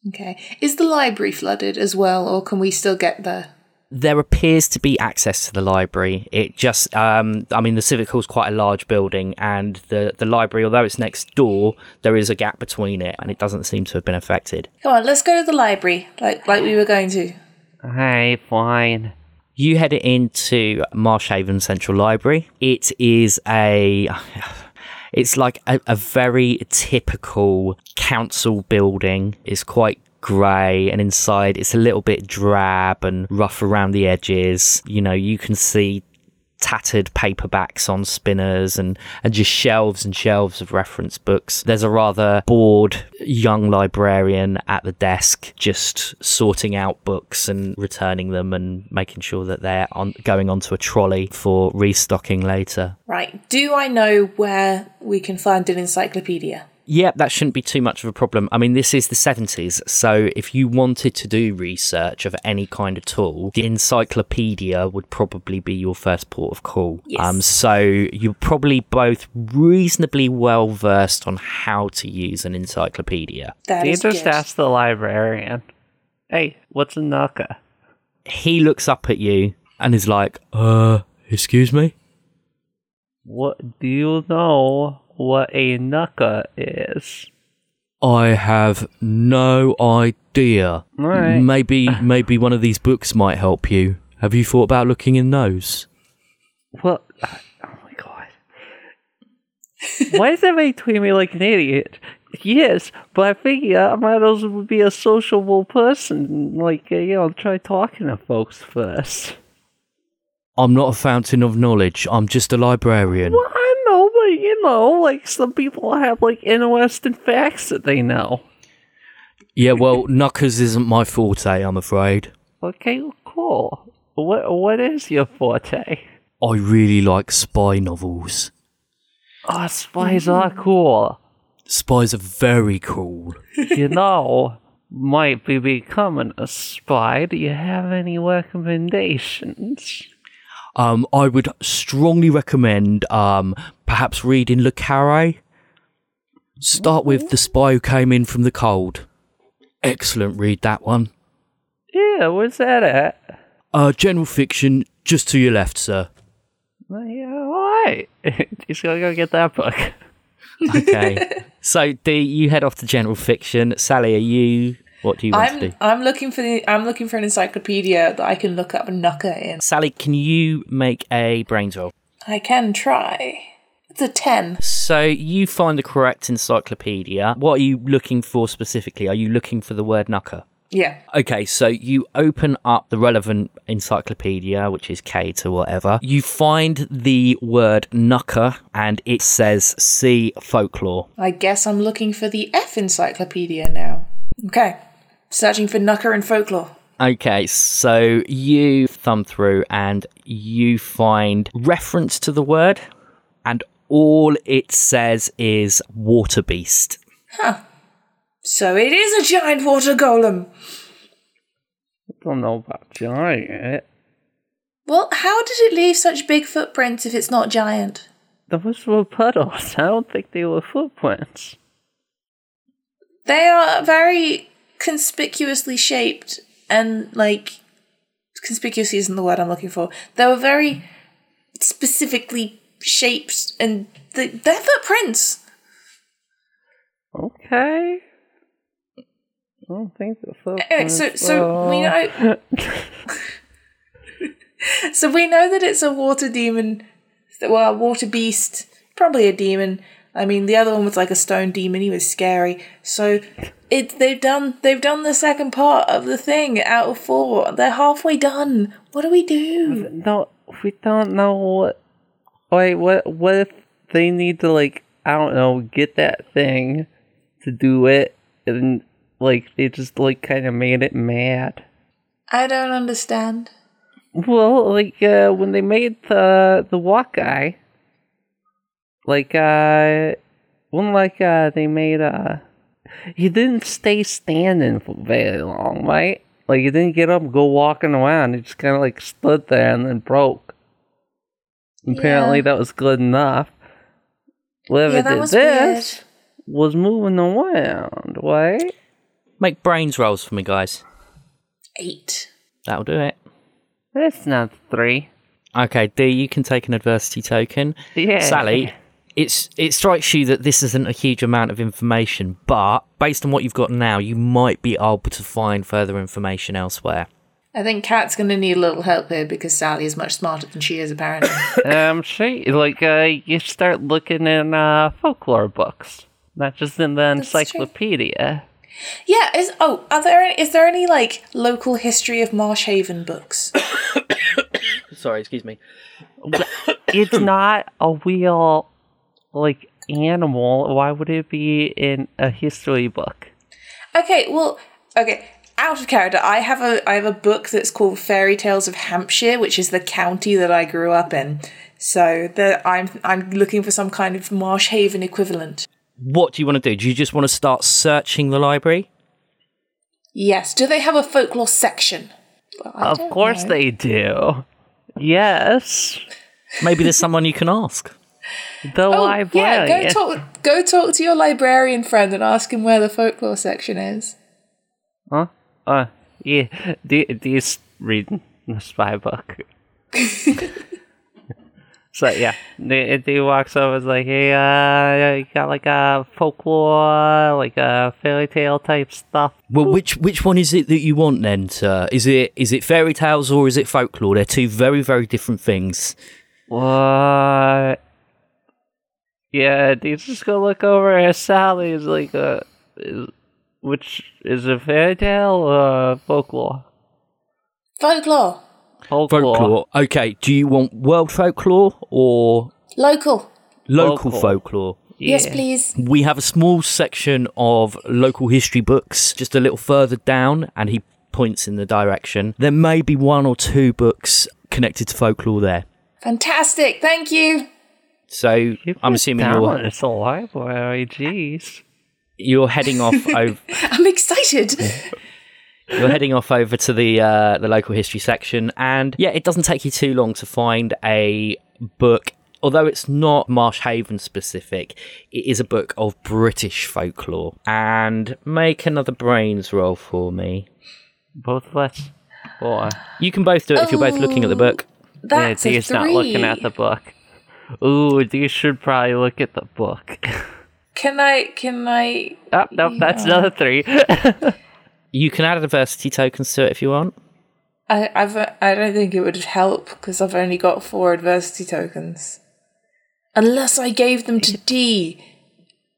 Speaker 3: Okay. Is the library flooded as well, or can we still get there?
Speaker 2: there appears to be access to the library. It just, um, I mean, the Civic Hall's quite a large building, and the, the library, although it's next door, there is a gap between it, and it doesn't seem to have been affected.
Speaker 3: Come on, let's go to the library, like like we were going to.
Speaker 4: Hey, fine.
Speaker 2: You head into Marshhaven Central Library. It is a. It's like a, a very typical council building. It's quite grey, and inside it's a little bit drab and rough around the edges. You know, you can see tattered paperbacks on spinners and, and just shelves and shelves of reference books. There's a rather bored young librarian at the desk just sorting out books and returning them and making sure that they're on, going onto a trolley for restocking later.
Speaker 3: Right. Do I know where we can find an encyclopedia?
Speaker 2: Yep, that shouldn't be too much of a problem. I mean, this is the 70s, so if you wanted to do research of any kind at all, the encyclopedia would probably be your first port of call.
Speaker 3: Yes.
Speaker 2: Um, so you're probably both reasonably well versed on how to use an encyclopedia.
Speaker 3: That
Speaker 4: you
Speaker 3: is
Speaker 4: just
Speaker 3: good.
Speaker 4: asked the librarian. Hey, what's a Naka?
Speaker 2: He looks up at you and is like, uh, excuse me?
Speaker 4: What do you know what a Naka is?
Speaker 2: I have no idea.
Speaker 4: Alright.
Speaker 2: Maybe maybe one of these books might help you. Have you thought about looking in those?
Speaker 4: Well, oh my god. Why does everybody treat me like an idiot? Yes, but I figure I might as well be a sociable person. Like, uh, you know, try talking to folks first.
Speaker 2: I'm not a fountain of knowledge. I'm just a librarian.
Speaker 4: Well, I know, but you know, like, some people have, like, interesting facts that they know.
Speaker 2: Yeah, well, knuckers isn't my forte, I'm afraid.
Speaker 4: Okay, cool. What What is your forte?
Speaker 2: I really like spy novels.
Speaker 4: Oh, spies are cool.
Speaker 2: Spies are very cool.
Speaker 4: you know, might be becoming a spy. Do you have any recommendations?
Speaker 2: Um, I would strongly recommend um, perhaps reading Le Carre. Start with The Spy Who Came In From the Cold. Excellent read, that one.
Speaker 4: Yeah, where's that at?
Speaker 2: Uh, general fiction, just to your left, sir.
Speaker 4: Well, Yeah, alright. Just gotta go get that book.
Speaker 2: Okay. so, D, you head off to general fiction. Sally, are you. What do you want to
Speaker 3: I'm
Speaker 2: do?
Speaker 3: I'm looking for the I'm looking for an encyclopedia that I can look up Nucker in.
Speaker 2: Sally, can you make a brains roll?
Speaker 3: I can try. It's a ten.
Speaker 2: So you find the correct encyclopedia. What are you looking for specifically? Are you looking for the word knucker?
Speaker 3: Yeah.
Speaker 2: Okay, so you open up the relevant encyclopedia, which is Kate or whatever. You find the word knucker and it says see folklore.
Speaker 3: I guess I'm looking for the F encyclopedia now. Okay. Searching for Nucker and folklore.
Speaker 2: Okay, so you thumb through and you find reference to the word, and all it says is water beast.
Speaker 3: So it is a giant water golem.
Speaker 4: Don't know about giant.
Speaker 3: Well, how did it leave such big footprints if it's not giant?
Speaker 4: Those were puddles. I don't think they were footprints.
Speaker 3: They are very conspicuously shaped and like conspicuous isn't the word I'm looking for. They were very specifically shaped and they, they're footprints.
Speaker 4: Okay. I don't think the footprints.
Speaker 3: Anyway, Uh, so so we
Speaker 4: were-
Speaker 3: know So we know that it's a water demon well, a water beast, probably a demon. I mean the other one was like a stone demon, he was scary. So it they've done they've done the second part of the thing out of four. They're halfway done. What do we do?
Speaker 4: No, we don't know what. Wait, what? What if they need to like I don't know get that thing to do it, and like they just like kind of made it mad.
Speaker 3: I don't understand.
Speaker 4: Well, like uh, when they made the the walk guy, like uh, when like uh, they made uh, he didn't stay standing for very long, right? Like he didn't get up and go walking around. He just kind of like stood there and then broke. Apparently,
Speaker 3: Yeah.
Speaker 4: that was good enough. Whoever
Speaker 3: Yeah, that
Speaker 4: did
Speaker 3: was
Speaker 4: this was moving around, right?
Speaker 2: Make brains rolls for me, guys.
Speaker 3: Eight.
Speaker 2: That'll do it.
Speaker 4: That's not three.
Speaker 2: Okay, D, you can take an adversity token.
Speaker 4: Yeah.
Speaker 2: Sally, it's it strikes you that this isn't a huge amount of information, but based on what you've got now, you might be able to find further information elsewhere.
Speaker 3: I think Kat's going to need a little help here because Sally is much smarter than she is, apparently.
Speaker 4: um, she like uh, you start looking in uh, folklore books, not just in the
Speaker 3: true.
Speaker 4: encyclopedia.
Speaker 3: yeah, is oh, are there any, is there any like local history of Marsh Haven books?
Speaker 2: Sorry, excuse me.
Speaker 4: It's not a real like animal. Why would it be in a history book?
Speaker 3: Okay, well, okay. Out of character, I have a I have a book that's called Fairy Tales of Hampshire, which is the county that I grew up in. So the, I'm I'm looking for some kind of Marsh Haven equivalent.
Speaker 2: What do you want to do? Do you just want to start searching the library?
Speaker 3: Yes. Do they have a folklore section? Well, I
Speaker 4: Of
Speaker 3: don't
Speaker 4: course
Speaker 3: know.
Speaker 4: they do. Yes,
Speaker 2: Maybe there's someone you can ask.
Speaker 4: the
Speaker 3: Oh,
Speaker 4: librarian.
Speaker 3: Yeah, go talk go talk to your librarian friend and ask him where the folklore section is.
Speaker 4: Huh? Uh, yeah. Do, do you s- read the spy book? so yeah, the the- he walks over. Is like, hey, uh, you got like a folklore, like a fairy tale type stuff.
Speaker 2: Well, which which one is it that you want then? Sir? Is it is it fairy tales or is it folklore? They're two very very different things.
Speaker 4: What? Yeah, do you just go look over at Sally. Is like a, is, which is a fairy tale or folklore?
Speaker 3: Folklore.
Speaker 4: Folklore.
Speaker 2: Folklore. Okay. Do you want world folklore or
Speaker 3: Local.
Speaker 2: local
Speaker 4: Folklore.
Speaker 2: folklore?
Speaker 3: Yes,
Speaker 4: Yeah.
Speaker 3: please.
Speaker 2: We have a small section of local history books just a little further down, and he points in the direction. There may be one or two books connected to folklore there.
Speaker 3: Fantastic. Thank you.
Speaker 2: So
Speaker 4: Keep
Speaker 2: I'm
Speaker 4: it
Speaker 2: assuming
Speaker 4: down.
Speaker 2: you're,
Speaker 4: it's a library. Jeez.
Speaker 2: you're heading off over
Speaker 3: I'm excited.
Speaker 2: You're heading off over to the uh, the local history section, and yeah, it doesn't take you too long to find a book. Although it's not Marsh Haven specific, it is a book of British folklore. And make another brains roll for me.
Speaker 4: Both of us. Or
Speaker 2: You can both do it if you're both looking at the book.
Speaker 3: That's a
Speaker 4: he's
Speaker 3: three.
Speaker 4: not looking at the book. Ooh, you should probably look at the book.
Speaker 3: Can I? Can I?
Speaker 4: oh, nope, that's another three.
Speaker 2: You can add adversity tokens to it if you want.
Speaker 3: I I've I don't think it would help because I've only got four adversity tokens. Unless I gave them to D,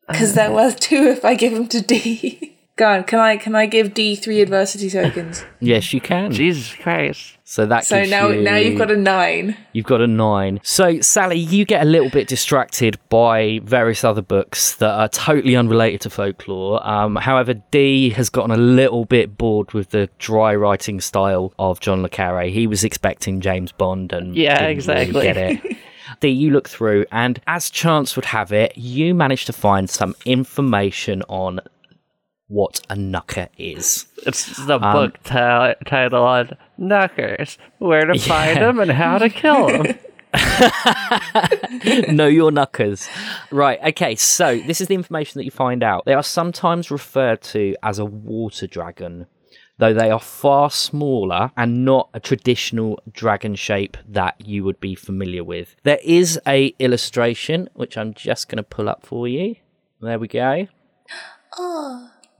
Speaker 3: because they're worth two if I give them to D. Go on. Can I? Can I give D three adversity tokens?
Speaker 2: Yes, you can.
Speaker 4: Jesus Christ.
Speaker 2: So that
Speaker 3: So
Speaker 2: gives
Speaker 3: now,
Speaker 2: you...
Speaker 3: now you've got a nine.
Speaker 2: You've got a nine. So, Sally, you get a little bit distracted by various other books that are totally unrelated to folklore. Um, however, Dee has gotten a little bit bored with the dry writing style of John Le Carre. He was expecting James Bond and
Speaker 4: Yeah,
Speaker 2: didn't really
Speaker 4: exactly.
Speaker 2: get it. Dee, you look through, and as chance would have it, you manage to find some information on what a knucker is.
Speaker 4: It's the book ti- title on Knuckers, where to find them and how to kill them.
Speaker 2: know your knuckers. Right, okay, so this is the information that you find out. They are sometimes referred to as a water dragon, though they are far smaller and not a traditional dragon shape that you would be familiar with. There is a illustration which I'm just going to pull up for you. There we go.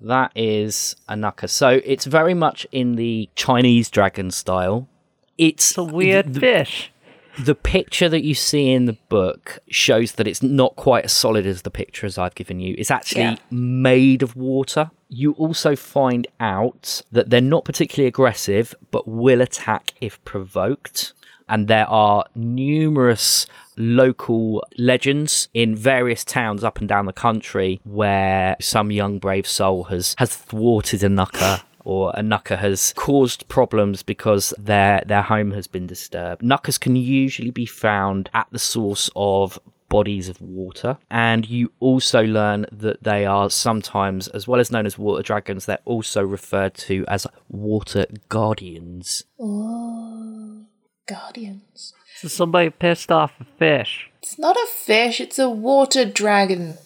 Speaker 2: That is a knucker. So it's very much in the Chinese dragon style. It's
Speaker 4: The weird fish.
Speaker 2: the picture that you see in the book shows that it's not quite as solid as the picture as I've given you. It's actually
Speaker 3: Yeah.
Speaker 2: made of water. You also find out that they're not particularly aggressive, but will attack if provoked. And there are numerous local legends in various towns up and down the country where some young brave soul has has thwarted a knucker or a knucker has caused problems because their their home has been disturbed. Knuckers can usually be found at the source of bodies of water and you also learn that they are sometimes as well as known as water dragons they're also referred to as water guardians
Speaker 3: Oh, guardians.
Speaker 4: So somebody pissed off a fish.
Speaker 3: It's not a fish, it's a water dragon.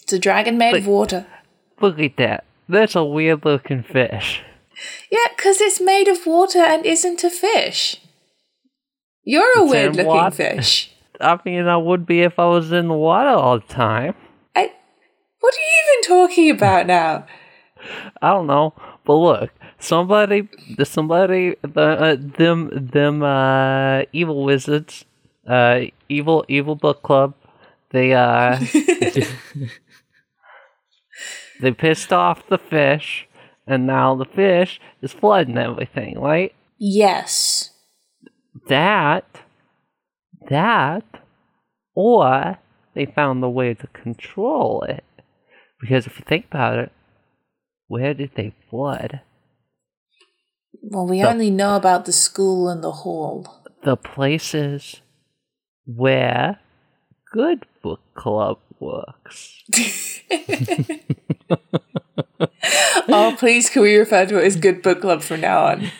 Speaker 3: It's a dragon made of
Speaker 4: But-
Speaker 3: water.
Speaker 4: Look at that. That's a weird looking fish.
Speaker 3: Yeah, because it's made of water and isn't a fish. You're a
Speaker 4: It's in
Speaker 3: weird looking
Speaker 4: water.
Speaker 3: fish.
Speaker 4: I mean, I would be if I was in the water all the time.
Speaker 3: I, what are you even talking about now?
Speaker 4: I don't know, but look, somebody, the somebody, the uh, them, them, uh, evil wizards, uh, evil, evil book club. They uh, they pissed off the fish, and now the fish is flooding everything. Right?
Speaker 3: Yes.
Speaker 4: That, that, or they found a way to control it. Because if you think about it, where did they flood?
Speaker 3: Well, we
Speaker 4: So-
Speaker 3: only know about the school and the hall.
Speaker 4: the places where good book club works.
Speaker 3: Oh, please, can we refer to it as Good Book Club from now on?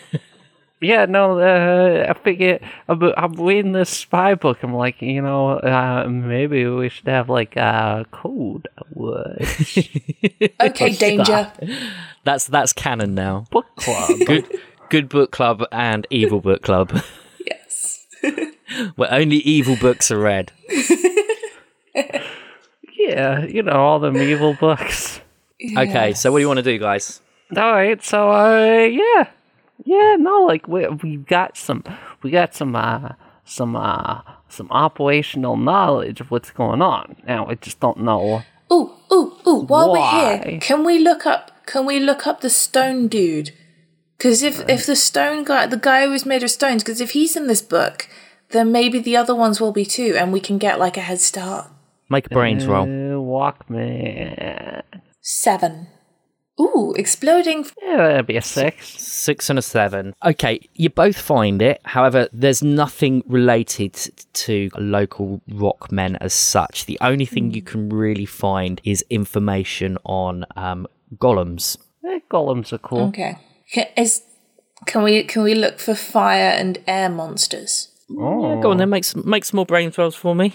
Speaker 4: Yeah, no, uh, I figure I'm, I'm reading this spy book. I'm like, you know, uh, maybe we should have like a code word
Speaker 3: Okay, danger.
Speaker 2: that's that's canon now
Speaker 4: book club.
Speaker 2: good good book club and evil book club
Speaker 3: Yes.
Speaker 2: where only evil books are read
Speaker 4: yeah, you know, all them evil books.
Speaker 2: okay so what do you want to do guys
Speaker 4: All right, so uh, yeah, yeah, no, like we we got some, we got some, uh, some, uh, some operational knowledge of what's going on. Now we just don't know
Speaker 3: Ooh, ooh, ooh! While we're
Speaker 4: Why?
Speaker 3: here, can we look up? Can we look up the stone dude? Because if if the stone guy, the guy who was made of stones, because if he's in this book, then maybe the other ones will be too, and we can get like a head start.
Speaker 2: make a brains roll
Speaker 4: Uh, Walkman.
Speaker 3: Seven. Ooh, exploding.
Speaker 4: Yeah, that'd be a six.
Speaker 2: Six and a seven. Okay, you both find it. However, there's nothing related to local rock men as such. The only thing you can really find is information on um, golems.
Speaker 4: Eh, golems are cool.
Speaker 3: Okay. Ca- Is can we can we look for fire and air monsters?
Speaker 2: Yeah, go on then, make some, make some more brain rolls for me.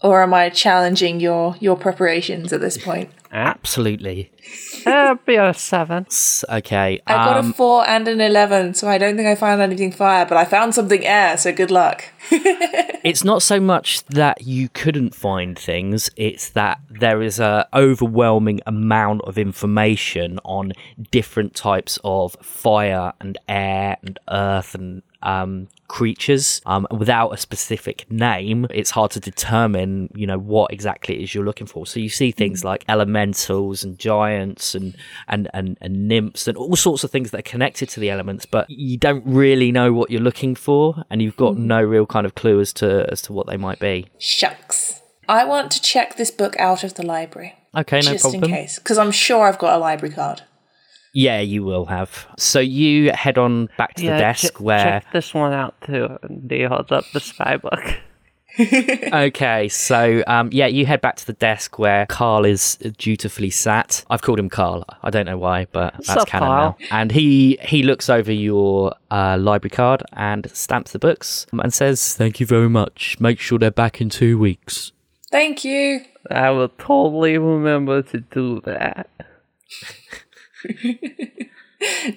Speaker 3: Or am I challenging your your preparations at this point?
Speaker 2: Absolutely.
Speaker 4: That'd be a seven.
Speaker 2: S- Okay.
Speaker 3: I got
Speaker 2: um,
Speaker 3: a four and an eleven, so I don't think I found anything fire, but I found something air. So good luck.
Speaker 2: it's not so much that you couldn't find things it's that there is a overwhelming amount of information on different types of fire and air and earth and um, creatures um, without a specific name it's hard to determine you know what exactly it is you're looking for so you see
Speaker 3: Mm.
Speaker 2: things like elementals and giants and and and, and nymphs and all sorts of things that are connected to the elements but you don't really know what you're looking for and you've got
Speaker 3: Hmm.
Speaker 2: no real kind of clue as to as to what they might be
Speaker 3: Shucks. I want to check this book out of the library.
Speaker 2: okay no
Speaker 3: just in
Speaker 2: problem
Speaker 3: case. Because I'm sure I've got a library card.
Speaker 2: yeah you will have so you head on back to
Speaker 4: yeah,
Speaker 2: the desk
Speaker 4: che-
Speaker 2: where
Speaker 4: check this one out too. And he holds up the spy book.
Speaker 2: okay, so um, yeah, you head back to the desk where Carl is dutifully sat. I've called him Carl. I don't know why, but that's
Speaker 4: up,
Speaker 2: canon
Speaker 4: Carl?
Speaker 2: now. And he he looks over your uh, library card and stamps the books um, and says, "Thank you very much. Make sure they're back in two weeks."
Speaker 3: Thank you.
Speaker 4: I will totally remember to do that.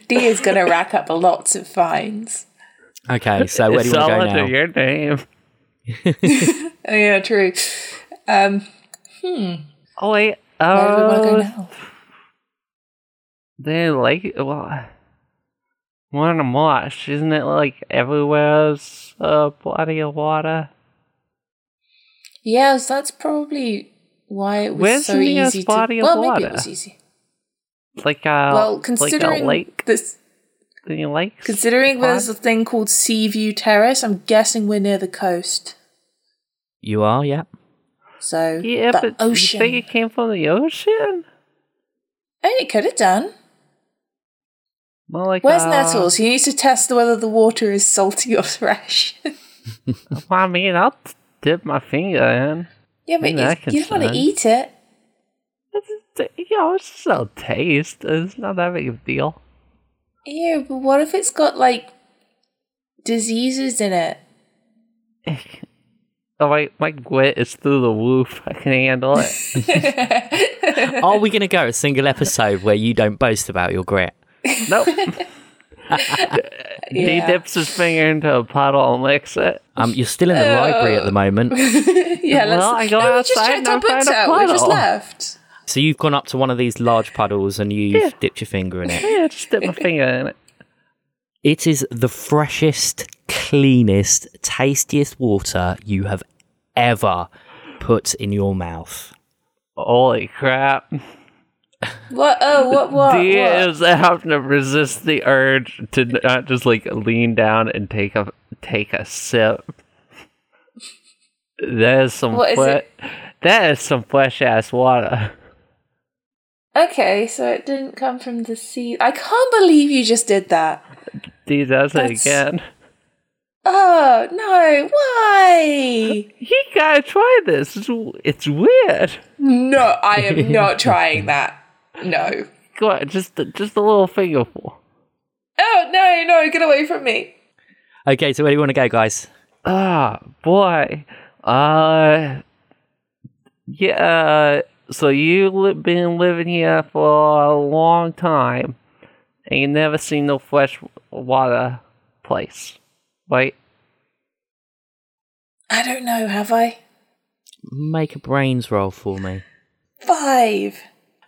Speaker 3: D is going to rack up lots of fines.
Speaker 2: Okay, so where do you
Speaker 4: it's all
Speaker 2: want to go
Speaker 4: under
Speaker 2: now?
Speaker 4: your name.
Speaker 3: Oh, yeah, true. Um,
Speaker 4: Oh wait,
Speaker 3: where do we want to go
Speaker 4: uh,
Speaker 3: now?
Speaker 4: they like well, more than a marsh, isn't it? Like everywhere's a body of water.
Speaker 3: Yes, that's probably why it was
Speaker 4: Where's
Speaker 3: so
Speaker 4: the nearest
Speaker 3: easy
Speaker 4: body
Speaker 3: to.
Speaker 4: of
Speaker 3: Well, maybe it
Speaker 4: water?
Speaker 3: was easy.
Speaker 4: It's like a
Speaker 3: well, considering
Speaker 4: like a lake.
Speaker 3: this,
Speaker 4: Any lakes?
Speaker 3: considering
Speaker 4: Pond?
Speaker 3: there's a thing called Sea View Terrace, I'm guessing we're near the coast.
Speaker 2: You are, yeah.
Speaker 3: So
Speaker 4: yeah,
Speaker 3: the
Speaker 4: but
Speaker 3: ocean.
Speaker 4: you think it came from the ocean?
Speaker 3: And it could have done.
Speaker 4: More like
Speaker 3: Where's
Speaker 4: uh,
Speaker 3: Nettles? He needs to test whether the water is salty or fresh.
Speaker 4: Well, I mean, I'll dip my finger in.
Speaker 3: yeah, but
Speaker 4: Maybe that
Speaker 3: it's-
Speaker 4: can
Speaker 3: you don't want to
Speaker 4: stand.
Speaker 3: eat it.
Speaker 4: It's, you know, it's just a taste. It's not that big of a deal.
Speaker 3: Yeah, but what if it's got like diseases in it?
Speaker 4: Oh, my, my grit is through the roof. I can handle it.
Speaker 2: Are we going to go a single episode where you don't boast about your grit?
Speaker 4: nope. He
Speaker 3: Yeah.
Speaker 4: dips his finger into a puddle and licks it.
Speaker 2: Um, you're still in the library at the moment,
Speaker 3: yeah, let's.
Speaker 4: Well, I go
Speaker 3: no, we just
Speaker 4: outside
Speaker 3: checked
Speaker 4: and
Speaker 3: our
Speaker 4: I find
Speaker 3: books
Speaker 4: a
Speaker 3: out. We just
Speaker 4: puddle.
Speaker 3: left.
Speaker 2: so you've gone up to one of these large puddles and you've dipped your finger in it.
Speaker 4: Yeah, just dip my finger in it.
Speaker 2: It is the freshest, cleanest, tastiest water you have ever put in your mouth.
Speaker 4: Holy crap.
Speaker 3: What? Oh, what? What?
Speaker 4: D
Speaker 3: what?
Speaker 4: is having to resist the urge to not just like lean down and take a take a sip. That is some
Speaker 3: What is
Speaker 4: fle- that is some fresh ass water.
Speaker 3: Okay, so it didn't come from the sea. I can't believe you just did that.
Speaker 4: D does
Speaker 3: That's-
Speaker 4: it again.
Speaker 3: Oh no! Why?
Speaker 4: You gotta try this. It's, it's weird.
Speaker 3: No, I am not trying that. No.
Speaker 4: Go on, just just a little fingerful.
Speaker 3: Oh no! No, get away from me.
Speaker 2: Okay, so where do you want to go, guys?
Speaker 4: Ah, boy. Uh, yeah. So you've li- been living here for a long time, and you never seen no fresh water place, right?
Speaker 3: I don't know. Have I
Speaker 2: Make a brains roll for me.
Speaker 3: five?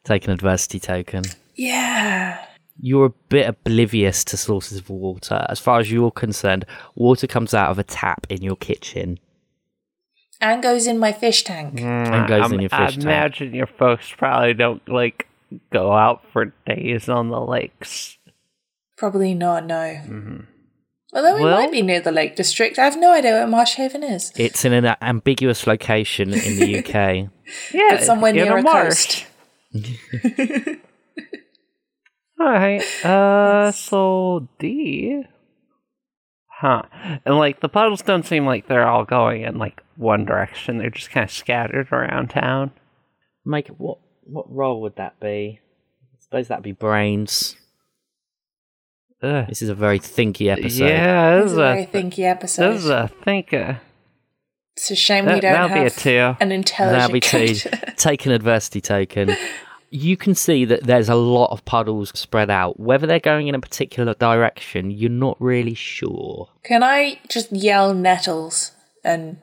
Speaker 2: Take an adversity token.
Speaker 3: Yeah.
Speaker 2: You're a bit oblivious to sources of water. As far as you're concerned, water comes out of a tap in your kitchen.
Speaker 3: And goes in my fish tank.
Speaker 2: And goes in
Speaker 4: Mm, I'm-
Speaker 2: your
Speaker 4: I
Speaker 2: fish tank.
Speaker 4: imagine your folks probably don't like go out for days on the lakes.
Speaker 3: Probably not. No. Although we
Speaker 4: Mm-hmm. Well-
Speaker 3: might be near the Lake District. I have no idea where Marsh Haven is.
Speaker 2: It's in an ambiguous location in the UK.
Speaker 4: Yeah,
Speaker 3: But somewhere
Speaker 4: in
Speaker 3: near a
Speaker 4: marsh.
Speaker 3: coast.
Speaker 4: All right. Uh, so D. Huh. And like the puddles don't seem like they're all going in like one direction. They're just kind of scattered around town.
Speaker 2: Make what? What roll would that be? I suppose that'd be brains.
Speaker 4: Ugh.
Speaker 2: This is a very thinky episode.
Speaker 4: Yeah,
Speaker 3: This is
Speaker 4: this is
Speaker 3: a very
Speaker 4: a
Speaker 3: thinky episode.
Speaker 4: this is a uh, thinker.
Speaker 3: it's a shame we
Speaker 4: That,
Speaker 3: don't
Speaker 4: that'll be a
Speaker 3: have
Speaker 4: two.
Speaker 3: an
Speaker 2: That'd
Speaker 3: intelligent
Speaker 2: be two.
Speaker 3: character.
Speaker 2: Take an adversity token. You can see that there's a lot of puddles spread out. Whether they're going in a particular direction, you're not really sure.
Speaker 3: Can I just yell nettles and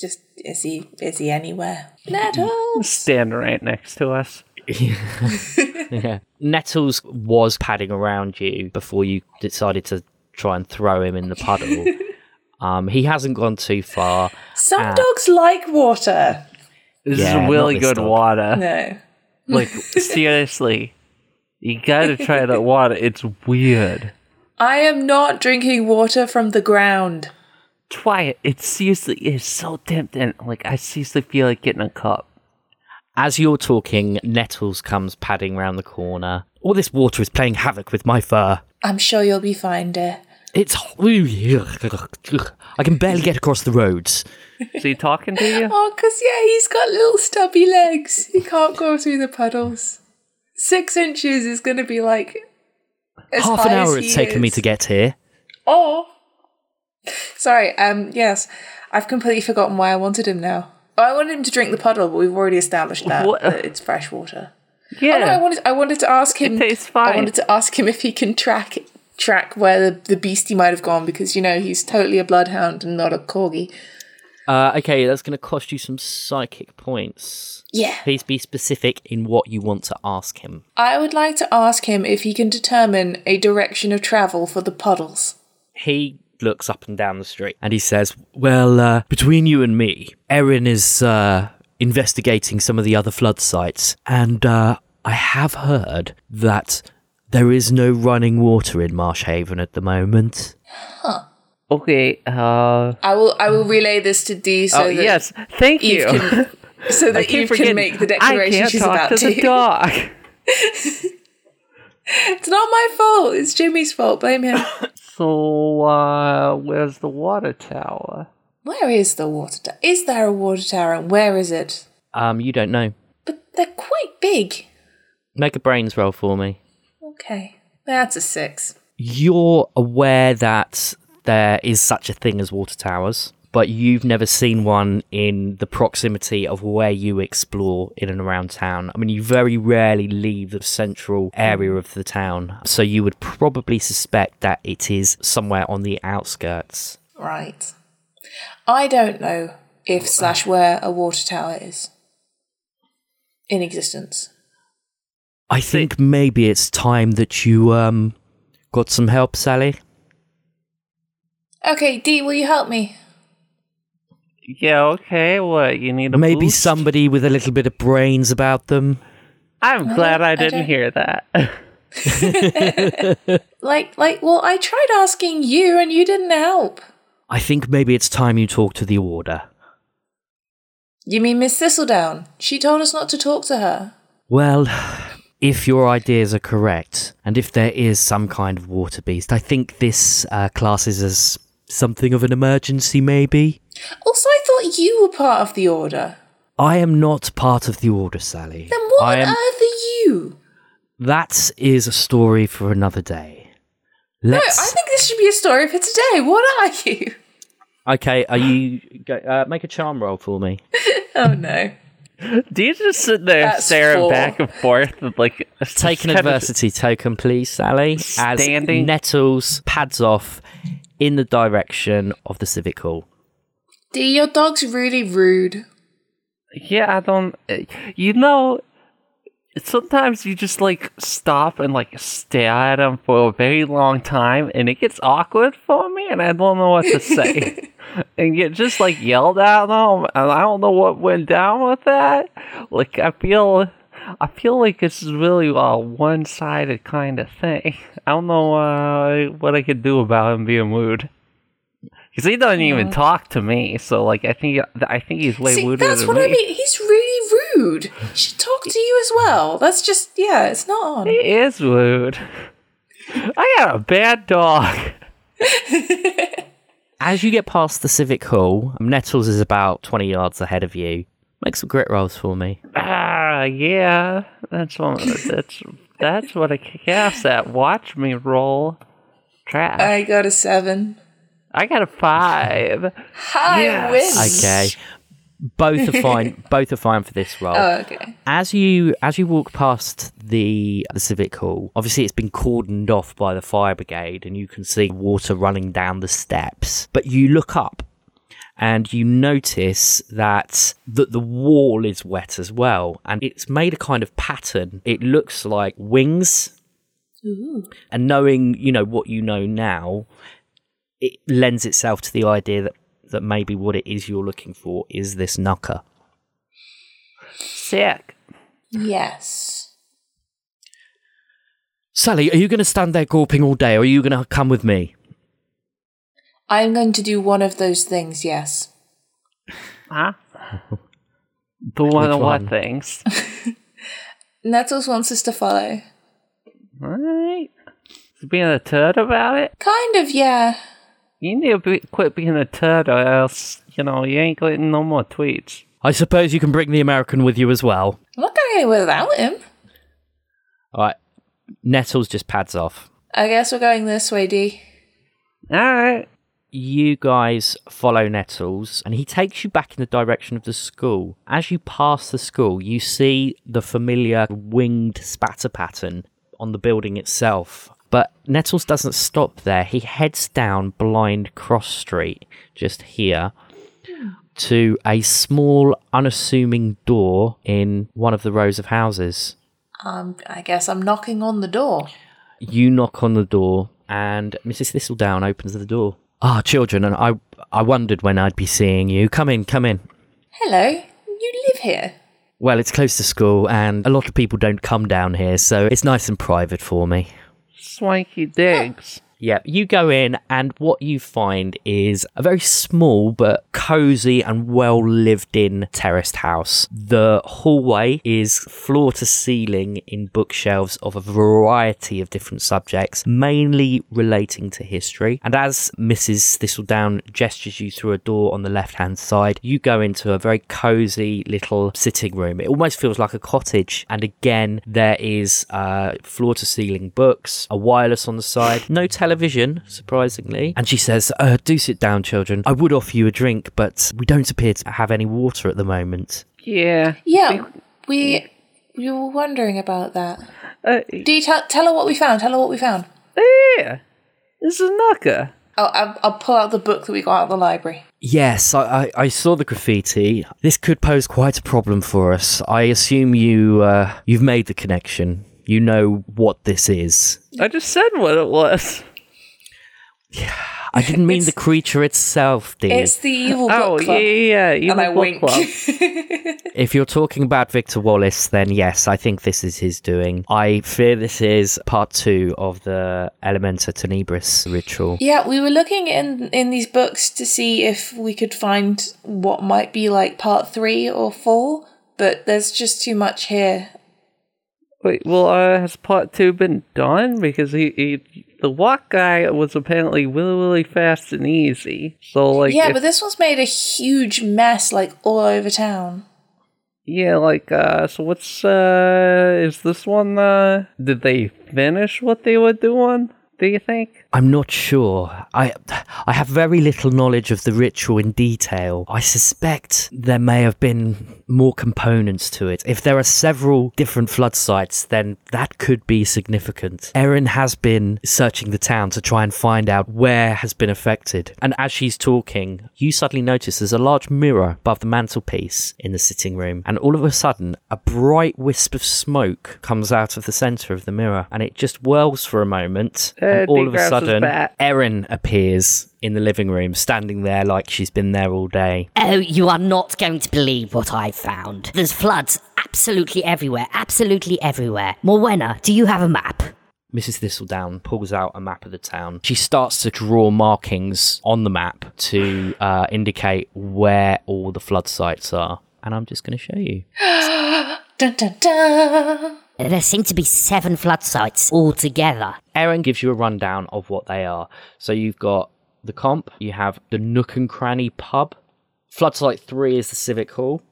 Speaker 3: just is he is he anywhere? Nettles.
Speaker 4: Stand right next to us.
Speaker 2: Yeah. Nettles was padding around you before you decided to try and throw him in the puddle. um, he hasn't gone too far.
Speaker 3: Some
Speaker 4: Ah.
Speaker 3: dogs like water.
Speaker 4: This
Speaker 2: Yeah,
Speaker 4: is
Speaker 2: not
Speaker 4: really
Speaker 2: this
Speaker 4: good
Speaker 2: dog.
Speaker 4: water.
Speaker 3: No.
Speaker 4: Like seriously, you gotta try that water. It's weird.
Speaker 3: I am not drinking water from the ground.
Speaker 4: Try it. It seriously is so tempting. Like I seriously feel like getting a cup.
Speaker 2: As you're talking, Nettles comes padding round the corner. All this water is playing havoc with my fur.
Speaker 3: I'm sure you'll be fine, dear.
Speaker 2: It's. I can barely get across the roads.
Speaker 4: Is he talking to you?
Speaker 3: Oh, because yeah, he's got little stubby legs. He can't go through the puddles. Six inches is going to be like as
Speaker 2: Half an
Speaker 3: high
Speaker 2: hour
Speaker 3: as
Speaker 2: it's
Speaker 3: he
Speaker 2: taken me
Speaker 3: is.
Speaker 2: to get here.
Speaker 3: Or sorry, um, yes, I've completely forgotten why I wanted him now. Oh, I wanted him to drink the puddle, but we've already established that,
Speaker 4: What?
Speaker 3: that it's fresh water.
Speaker 4: Yeah.
Speaker 3: Oh, no, I wanted I wanted to ask him.
Speaker 4: It tastes fine.
Speaker 3: I wanted to ask him if he can track track where the, the beastie might have gone because you know he's totally a bloodhound and not a corgi.
Speaker 2: Uh, okay, that's going to cost you some psychic points.
Speaker 3: Yeah.
Speaker 2: Please be specific in what you want to ask him.
Speaker 3: I would like to ask him if he can determine a direction of travel for the puddles.
Speaker 2: He looks up and down the street and he says, Well, uh, between you and me, Erin is uh, investigating some of the other flood sites, and uh, I have heard that there is no running water in Marsh Haven at the moment.
Speaker 4: okay. Uh,
Speaker 3: I will I will relay this to Dee so
Speaker 4: oh,
Speaker 3: that
Speaker 4: yes. Thank
Speaker 3: Eve
Speaker 4: you.
Speaker 3: can so
Speaker 4: I
Speaker 3: that
Speaker 4: keep
Speaker 3: Eve
Speaker 4: forgetting
Speaker 3: can make the
Speaker 4: I
Speaker 3: declaration
Speaker 4: can't
Speaker 3: she's
Speaker 4: talk
Speaker 3: about
Speaker 4: to,
Speaker 3: to.
Speaker 4: the dog.
Speaker 3: It's not my fault. It's Jimmy's fault. Blame him.
Speaker 4: So, uh, where's the water tower?
Speaker 3: where is the water tower? Is there a water tower and where is it?
Speaker 2: Um, you don't know.
Speaker 3: But they're quite big.
Speaker 2: Make a brains roll for me.
Speaker 3: Okay. That's a six.
Speaker 2: you're aware that there is such a thing as water towers, but you've never seen one in the proximity of where you explore in and around town. I mean, you very rarely leave the central area of the town, so you would probably suspect that it is somewhere on the outskirts.
Speaker 3: Right. I don't know if slash where a water tower is in existence.
Speaker 2: I think maybe it's time that you um got some help, Sally.
Speaker 3: Okay, Dee, will you help me?
Speaker 4: Yeah, okay. What? You need a
Speaker 2: Maybe
Speaker 4: boost?
Speaker 2: somebody with a little bit of brains about them.
Speaker 4: I'm glad
Speaker 3: don't-
Speaker 4: I
Speaker 3: I
Speaker 4: didn't
Speaker 3: don't-
Speaker 4: hear that.
Speaker 3: Like, like, well, I tried asking you and you didn't help.
Speaker 2: I think maybe it's time you talk to the order.
Speaker 3: You mean Miss Thistledown? She told us not to talk to her.
Speaker 2: Well, if your ideas are correct, and if there is some kind of water beast, I think this uh, classes as something of an emergency, maybe?
Speaker 3: Also, I thought you were part of the order.
Speaker 2: I am not part of the Order, Sally.
Speaker 3: Then what
Speaker 2: I am-
Speaker 3: on earth are you?
Speaker 2: That is a story for another day.
Speaker 3: No,
Speaker 2: Let's.
Speaker 3: I think this should be a story for today. What are you?
Speaker 2: Okay, are you. Go, uh, make a charm roll for me.
Speaker 3: Oh no.
Speaker 4: Do you just sit there
Speaker 3: That's
Speaker 4: staring
Speaker 3: four.
Speaker 4: back and forth with like
Speaker 2: Take an
Speaker 4: kind of-
Speaker 2: adversity token, please, Sally. As
Speaker 4: Standing.
Speaker 2: Nettles pads off in the direction of the Civic Hall.
Speaker 3: Dee, your dog's really rude.
Speaker 4: Yeah, I don't. eh, You know, sometimes you just like stop and like stare at him for a very long time, and it gets awkward for me, and I don't know what to say. and get just like yelled at him, and I don't know what went down with that. Like I feel, I feel like this is really a one-sided kind of thing. I don't know uh, what I could do about him being rude. Cause he doesn't even talk to me, so like I think I think he's way
Speaker 3: See,
Speaker 4: ruder
Speaker 3: that's
Speaker 4: than
Speaker 3: what
Speaker 4: me.
Speaker 3: I mean. He's really rude. He should talk to you as well. That's just yeah, it's not on.
Speaker 4: It is rude. I got a bad dog.
Speaker 2: As you get past the Civic Hall, Nettles is about 20 yards ahead of you. Make some grit rolls for me.
Speaker 4: Ah, yeah. That's what. That's that's what I kick ass at. Watch me roll trash. I,
Speaker 3: I got a seven.
Speaker 4: got a five.
Speaker 3: I win.
Speaker 2: Okay. Both are fine. Both are fine for this roll.
Speaker 3: Oh, okay.
Speaker 2: as you as you walk past the, the civic hall, obviously it's been cordoned off by the fire brigade, and you can see water running down the steps. But you look up, and you notice that that the wall is wet as well, and it's made a kind of pattern. It looks like wings. And knowing you know what you know now, it lends itself to the idea that that maybe what it is you're looking for is this knucker.
Speaker 4: Sick.
Speaker 3: Yes.
Speaker 2: Sally, are you going to stand there gawping all day, or are you going to come with me?
Speaker 3: I'm going to do one of those things, yes.
Speaker 4: Huh? The one
Speaker 2: Which
Speaker 4: of what
Speaker 2: one?
Speaker 4: things?
Speaker 3: Nettles wants us to follow.
Speaker 4: Alright. Being a turd about it?
Speaker 3: Kind of, yeah.
Speaker 4: You need to be, quit being a turd or else, you know, you ain't getting no more tweets.
Speaker 2: I suppose you can bring the American with you as well.
Speaker 3: I'm not going to go without him.
Speaker 2: All right. Nettles just pads off.
Speaker 3: I guess we're going this way, D.
Speaker 4: Alright.
Speaker 2: You guys follow Nettles, and he takes you back in the direction of the school. As you pass the school, you see the familiar winged spatter pattern on the building itself. But Nettles doesn't stop there. He heads down Blind Cross Street, just here, to a small, unassuming door in one of the rows of houses.
Speaker 3: Um, I guess I'm knocking on the door.
Speaker 2: you knock on the door and mrs thistledown opens the door ah children and i i wondered when i'd be seeing you come in come in
Speaker 3: Hello, you live here.
Speaker 2: well it's close to school and a lot of people don't come down here so it's nice and private for me
Speaker 4: Swanky digs.
Speaker 2: yeah you go in and what you find is a very small but cozy and well lived in terraced house the hallway is floor to ceiling in bookshelves of a variety of different subjects mainly relating to history and as mrs thistledown gestures you through a door on the left hand side you go into a very cozy little sitting room it almost feels like a cottage and again there is uh, floor to ceiling books a wireless on the side no television surprisingly and she says uh, do sit down children i would offer you a drink but we don't appear to have any water at the moment
Speaker 4: Yeah.
Speaker 3: Yeah, we we were wondering about that.
Speaker 4: Uh,
Speaker 3: D, tell, tell her what we found. Tell her what we found.
Speaker 4: yeah. It's a knocker.
Speaker 3: I'll, I'll, I'll pull out the book that we got out of the library.
Speaker 2: Yes, I, I, I saw the graffiti. This could pose quite a problem for us. I assume you uh, you've made the connection. You know what this is.
Speaker 4: I just said what it was.
Speaker 2: I didn't mean the creature itself, dear.
Speaker 3: It's the evil book
Speaker 4: Oh, yeah,
Speaker 3: club.
Speaker 4: yeah, yeah. You
Speaker 3: And I wink.
Speaker 2: If you're talking about Victor Wallace, then yes, I think this is his doing. I fear this is part two of the Elementa Tenebris ritual.
Speaker 3: Yeah, we were looking in in these books to see if we could find what might be like part three or four, but there's just too much here.
Speaker 4: Wait, well, uh, has part two been done? Because he, he the walk guy was apparently really, really fast and easy. So, like,
Speaker 3: yeah,
Speaker 4: if-
Speaker 3: but this one's made a huge mess like all over town.
Speaker 4: yeah, like, uh, so what's, uh, is this one, uh, did they finish what they were doing? Do you think?
Speaker 2: I'm not sure. I I have very little knowledge of the ritual in detail. I suspect there may have been more components to it. If there are several different flood sites, then that could be significant. Erin has been searching the town to try and find out where has been affected. And as she's talking, you suddenly notice there's a large mirror above the mantelpiece in the sitting room, and all of a sudden, a bright wisp of smoke comes out of the center of the mirror, and it just whirls for a moment
Speaker 4: Uh,
Speaker 2: and all of a
Speaker 4: Degrass is
Speaker 2: sudden,
Speaker 4: back.
Speaker 2: Erin appears in the living room, standing there like she's been there all day.
Speaker 5: Oh, you are not going to believe what I've found. There's floods absolutely everywhere, absolutely everywhere. Morwenna, do you have a map?
Speaker 2: Mrs. Thistledown pulls out a map of the town. She starts to draw markings on the map to uh, indicate where all the flood sites are. And I'm just going to show you.
Speaker 3: Dun dun dun.
Speaker 5: There seem to be seven flood sites altogether.
Speaker 2: Erin gives you a rundown of what they are. So you've got the comp, you have the Nook and Cranny pub. Floodlight 3 is the Civic Hall.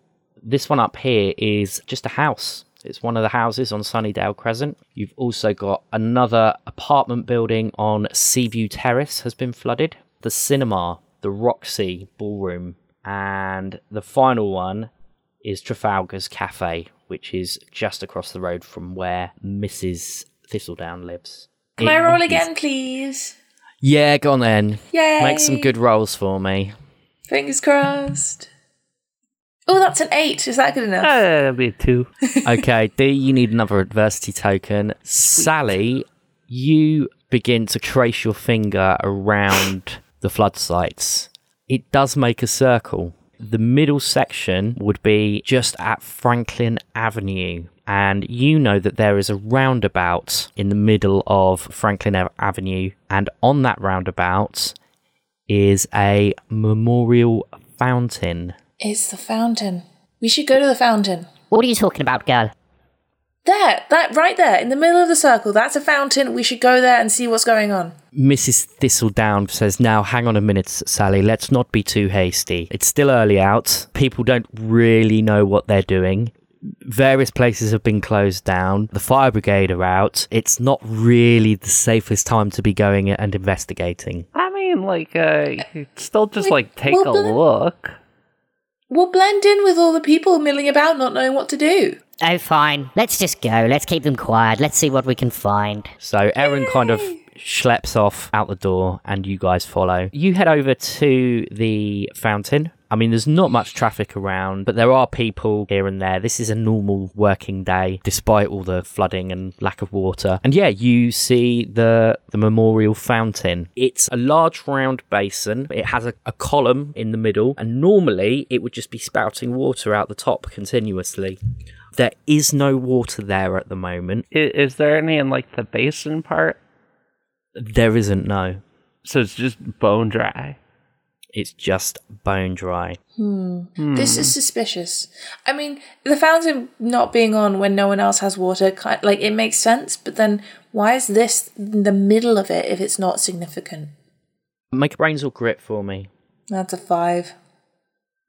Speaker 2: This one up here is just a house. It's one of the houses on Sunnydale Crescent. You've also got another apartment building on Seaview Terrace has been flooded. The cinema, the Roxy Ballroom, and the final one is Trafalgar's Cafe, which is just across the road from where Mrs. Thistledown lives.
Speaker 3: Can I roll again, please?
Speaker 2: Yeah, go on then.
Speaker 3: Yay!
Speaker 2: Make some good rolls for me.
Speaker 3: Fingers crossed. Oh, that's an eight. Is that good enough?
Speaker 4: Uh, that'd be a two.
Speaker 2: Okay, D, you need another adversity token. Sally, you begin to trace your finger around the flood sites. It does make a circle. The middle section would be just at Franklin Avenue. And you know that there is a roundabout in the middle of Franklin Ave- Avenue. And on that roundabout is a memorial fountain.
Speaker 3: It's the fountain. We should go to the fountain.
Speaker 5: What are you talking about, girl?
Speaker 3: There, that right there in the middle of the circle, that's a fountain. We should go there and see what's going on.
Speaker 2: Mrs. Thistledown says, Now, hang on a minute, Sally, let's not be too hasty. It's still early out. People don't really know what they're doing. Various places have been closed down. The fire brigade are out. It's not really the safest time to be going and investigating.
Speaker 4: I mean, like, uh, still just like take
Speaker 3: well,
Speaker 4: a
Speaker 3: but-
Speaker 4: look.
Speaker 3: We'll blend in with all the people milling about, not knowing what to do.
Speaker 5: Oh, fine. Let's just go. Let's keep them quiet. Let's see what we can find.
Speaker 2: So Erin kind of schleps off out the door, and you guys follow. You head over to the fountain. I mean, there's not much traffic around, but there are people here and there. This is a normal working day, despite all the flooding and lack of water. And yeah, you see the the memorial fountain. It's a large round basin. It has a, a column in the middle, and normally it would just be spouting water out the top continuously. There is no water there at the moment.
Speaker 4: I- Is there any in like the basin part?
Speaker 2: There isn't, no.
Speaker 4: So it's just bone dry.
Speaker 2: It's just bone dry.
Speaker 3: This is
Speaker 4: Hmm.
Speaker 3: suspicious. I mean, the fountain not being on when no one else has water, kind like it makes sense. But then, why is this in the middle of it if it's not significant?
Speaker 2: Make a brains or grit for me.
Speaker 3: That's a five.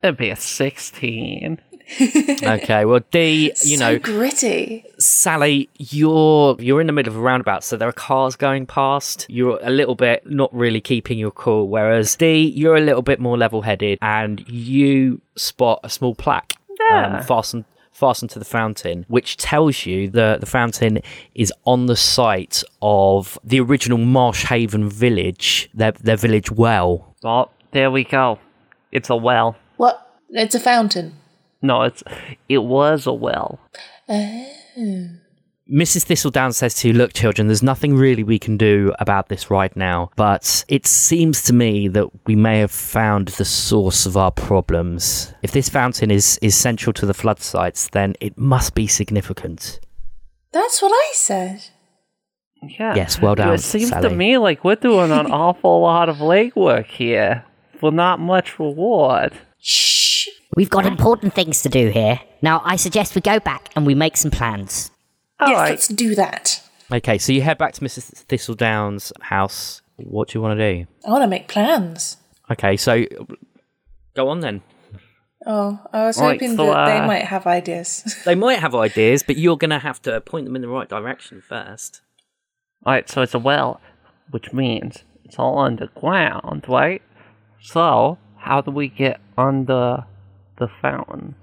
Speaker 4: That'd be a sixteen.
Speaker 2: okay, well, D, you
Speaker 3: so
Speaker 2: know,
Speaker 3: gritty.
Speaker 2: Sally, you're you're in the middle of a roundabout, so there are cars going past. You're a little bit not really keeping your cool, whereas D, you're a little bit more level-headed, and you spot a small plaque um, fastened fastened to the fountain, which tells you that the fountain is on the site of the original Marsh Haven village, their their village well.
Speaker 4: Well, there we go. It's a well.
Speaker 3: What? It's a fountain.
Speaker 4: No, it's it was a well.
Speaker 3: Oh.
Speaker 2: Mrs. Thistledown says to you, Look, children, there's nothing really we can do about this right now, but it seems to me that we may have found the source of our problems. If this fountain is, is central to the flood sites, then it must be significant.
Speaker 3: That's what I said.
Speaker 4: Yeah.
Speaker 2: Yes, well done,
Speaker 4: It seems
Speaker 2: Sally.
Speaker 4: to me like we're doing an awful lot of legwork here for not much reward.
Speaker 3: Shh.
Speaker 5: We've got important things to do here. Now, I suggest we go back and we make some plans.
Speaker 4: All
Speaker 3: yes,
Speaker 4: right.
Speaker 3: let's do that.
Speaker 2: Okay, so you head back to Mrs. Thistledown's house. What do you want to do?
Speaker 3: I want to make plans.
Speaker 2: Okay, so go on then.
Speaker 3: Oh, I was
Speaker 4: Right,
Speaker 3: hoping
Speaker 4: so,
Speaker 3: that
Speaker 4: uh,
Speaker 3: they might have ideas.
Speaker 2: They might have ideas, but you're going to have to point them in the right direction first.
Speaker 4: All right, so it's a well, which means it's all underground, right? So how do we get under the fountain?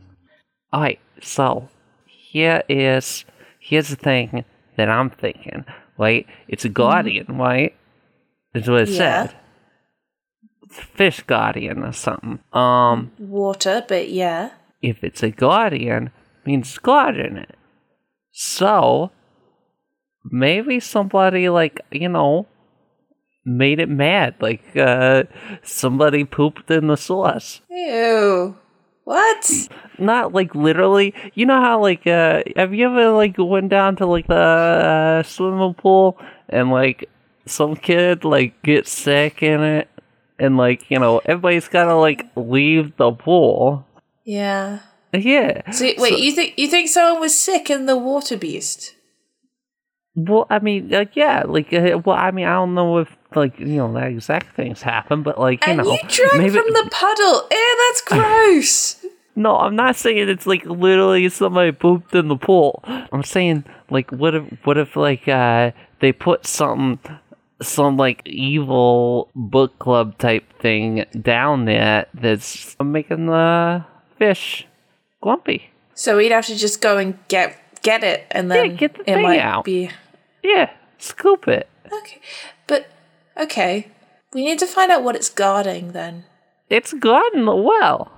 Speaker 4: All right, so here is here's the thing that I'm thinking. Right, it's a guardian, right? Is what it
Speaker 3: Yeah.
Speaker 4: said. It's a fish guardian or something. Um,
Speaker 3: Water, but yeah.
Speaker 4: if it's a guardian, means God in it. So maybe somebody like you know made it mad, like uh, somebody pooped in the sauce.
Speaker 3: Ew. What?
Speaker 4: Not like literally. You know how like uh, have you ever like went down to like the uh, swimming pool and like some kid like gets sick in it. And like you know, everybody's gotta like leave the pool.
Speaker 3: Yeah.
Speaker 4: Yeah.
Speaker 3: So wait, you think you think someone was sick in the water beast?
Speaker 4: Well, I mean, like, yeah, like, uh, well, I mean, I don't know if, like, you know, that exact things happen, but, like, you
Speaker 3: and
Speaker 4: know,
Speaker 3: you drank
Speaker 4: maybe.
Speaker 3: from the puddle. Ew, that's gross.
Speaker 4: no, I'm not saying it's like literally somebody pooped in the pool. I'm saying, like, what if, what if, like, uh, they put some, some like evil book club type thing down there that's making the fish glumpy.
Speaker 3: so we'd have to just go and get get it, and then
Speaker 4: get the
Speaker 3: it
Speaker 4: thing
Speaker 3: might
Speaker 4: out.
Speaker 3: be
Speaker 4: Yeah, scoop it.
Speaker 3: okay. But okay, we need to find out what it's guarding then.
Speaker 4: It's gone in the well.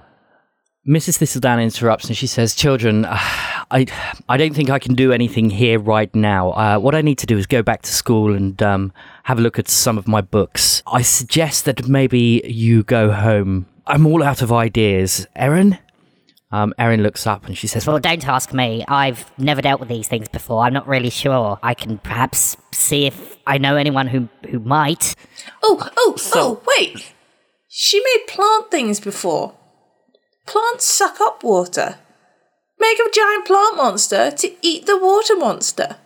Speaker 2: Mrs. Thistledown interrupts and she says, "Children, uh, I, I don't think I can do anything here right now. Uh, what I need to do is go back to school and um, have a look at some of my books. I suggest that maybe you go home. I'm all out of ideas. Erin." Um, Erin looks up and she says,
Speaker 5: Well, don't ask me. I've never dealt with these things before. I'm not really sure. I can perhaps see if I know anyone who, who might.
Speaker 3: Oh, oh, oh! Wait, she made plant things before. Plants suck up water. Make a giant plant monster to eat the water monster.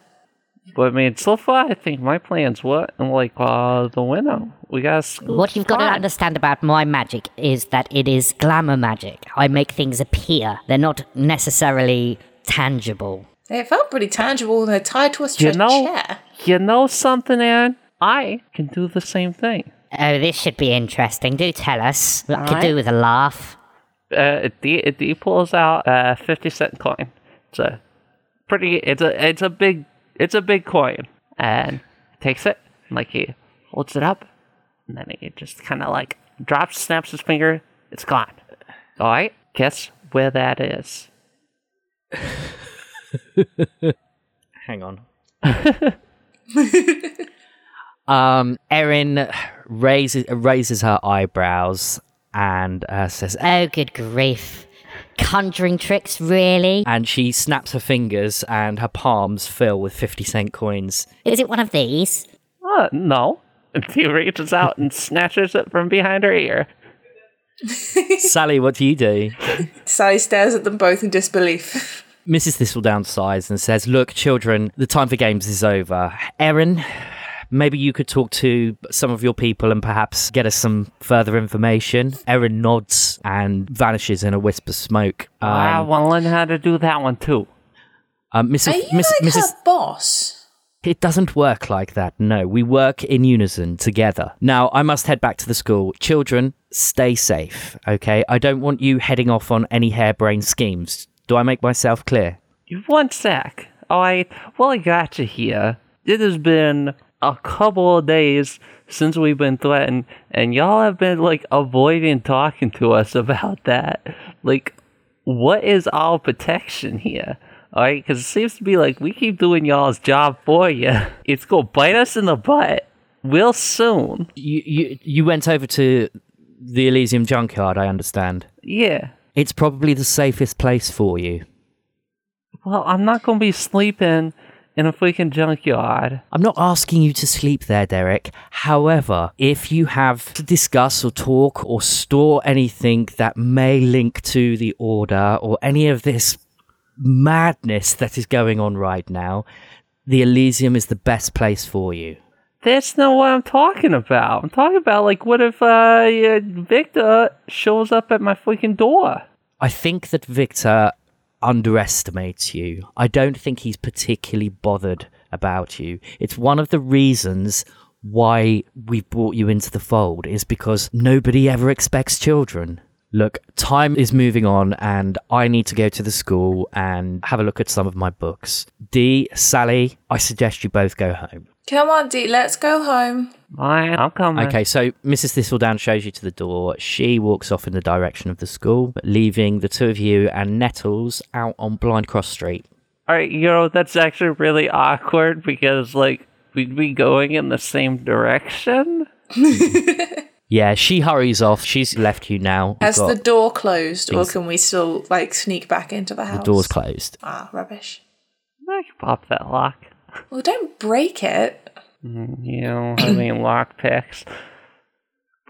Speaker 4: But I mean, so far I think my plan's what and like uh, the winnow. We got
Speaker 5: What you've got to understand about my magic is that it is glamour magic. I make things appear. They're not necessarily tangible.
Speaker 3: It felt pretty tangible when they tied to a
Speaker 4: You
Speaker 3: stretch
Speaker 4: know,
Speaker 3: chair.
Speaker 4: you know something, Aaron. I can do the same thing.
Speaker 5: Oh, this should be interesting. Do tell us. I could do with a laugh.
Speaker 4: Uh, D, D pulls out a fifty cent coin. It's a pretty. It's a. It's a big. It's a big coin, and takes it. And like he holds it up, and then he just kind of like drops, snaps his finger. It's gone. All right. Guess where that is.
Speaker 2: Hang on. um, Erin raises raises her eyebrows and uh, says,
Speaker 5: Oh, good grief. Conjuring tricks, really?
Speaker 2: and she snaps her fingers, and her palms fill with fifty cent coins.
Speaker 5: Is it one of these?
Speaker 4: Uh, no. And he reaches out and snatches it from behind her ear.
Speaker 2: Sally, what do you do?
Speaker 3: Sally stares at them both in disbelief.
Speaker 2: Mrs. Thistledown sighs and says, Look, children, the time for games is over. Erin, maybe you could talk to some of your people and perhaps get us some further information. Erin nods and vanishes in a wisp of smoke. Um,
Speaker 4: Oh, I want to learn how to do that one too.
Speaker 2: um, Mrs.
Speaker 3: Are you
Speaker 2: Miss-
Speaker 3: like
Speaker 2: Mrs.
Speaker 3: her boss?
Speaker 2: It doesn't work like that, no. We work in unison together. Now, I must head back to the school. Children, stay safe, okay? I don't want you heading off on any harebrained schemes. Do I make myself clear?
Speaker 4: You One sec. All right. Well, I got you here. It has been a couple of days since we've been threatened, and y'all have been like avoiding talking to us about that. Like, what is our protection here? All right, because it seems to be like we keep doing y'all's job for you. It's gonna bite us in the butt real soon.
Speaker 2: you, you you went over to the Elysium Junkyard, I understand.
Speaker 4: Yeah.
Speaker 2: It's probably the safest place for you.
Speaker 4: Well, I'm not gonna be sleeping in a freaking junkyard.
Speaker 2: I'm not asking you to sleep there, Derek. However, if you have to discuss or talk or store anything that may link to the Order or any of this madness that is going on right now, the Elysium is the best place for you.
Speaker 4: That's not what I'm talking about. I'm talking about like, what if uh, yeah, Victor shows up at my freaking door?
Speaker 2: I think that Victor underestimates you. I don't think he's particularly bothered about you. It's one of the reasons why we've brought you into the fold is because nobody ever expects children. Look, time is moving on and I need to go to the school and have a look at some of my books. Dee, Sally, I suggest you both go home.
Speaker 3: Come on, Dee, let's go home.
Speaker 4: Mine, I'm coming.
Speaker 2: Okay, so Mrs. Thistledown shows you to the door. She walks off in the direction of the school, leaving the two of you and Nettles out on Blind Cross Street.
Speaker 4: All right, you know that's actually really awkward because like we'd be going in the same direction.
Speaker 2: Yeah, she hurries off. She's left you now.
Speaker 3: Has
Speaker 2: You've
Speaker 3: the
Speaker 2: got-
Speaker 3: door closed, or can we still like sneak back into the house?
Speaker 2: the door's closed.
Speaker 3: Ah, rubbish.
Speaker 4: I can pop that lock. Mm,
Speaker 3: Well, don't break it.
Speaker 4: You know, I mean lock picks.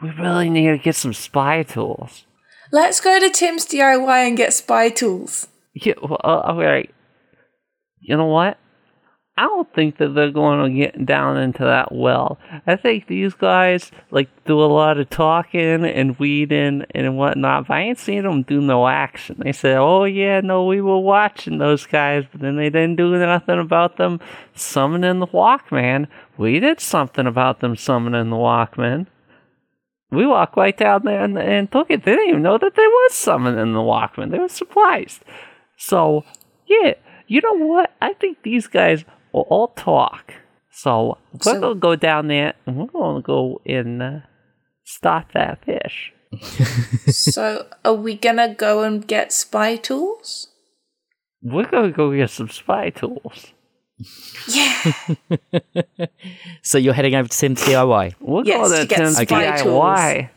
Speaker 4: We really need to get some spy tools.
Speaker 3: Let's go to Tim's DIY and get spy tools.
Speaker 4: Yeah, well, uh, all right. You know what? I don't think that they're going to get down into that well. I think these guys like do a lot of talking and weeding and whatnot. But I ain't seen them do no action. They said, "Oh yeah, no, we were watching those guys," but then they didn't do nothing about them summoning the Walkman. We did something about them summoning the Walkman. We walked right down there and, and took it. They didn't even know that there was summoning the Walkman. They were surprised. So, yeah, you know what? I think these guys will all talk. So, we're
Speaker 3: So-
Speaker 4: going to go down there and we're going to go and uh, stop that fish.
Speaker 3: so, are we gonna go and get spy tools?
Speaker 4: We're going to go get some spy tools.
Speaker 3: Yeah.
Speaker 2: So you're heading over to Sim's DIY.
Speaker 4: We're
Speaker 3: Yes,
Speaker 4: going
Speaker 3: to get
Speaker 4: attempt
Speaker 3: spy
Speaker 4: DIY.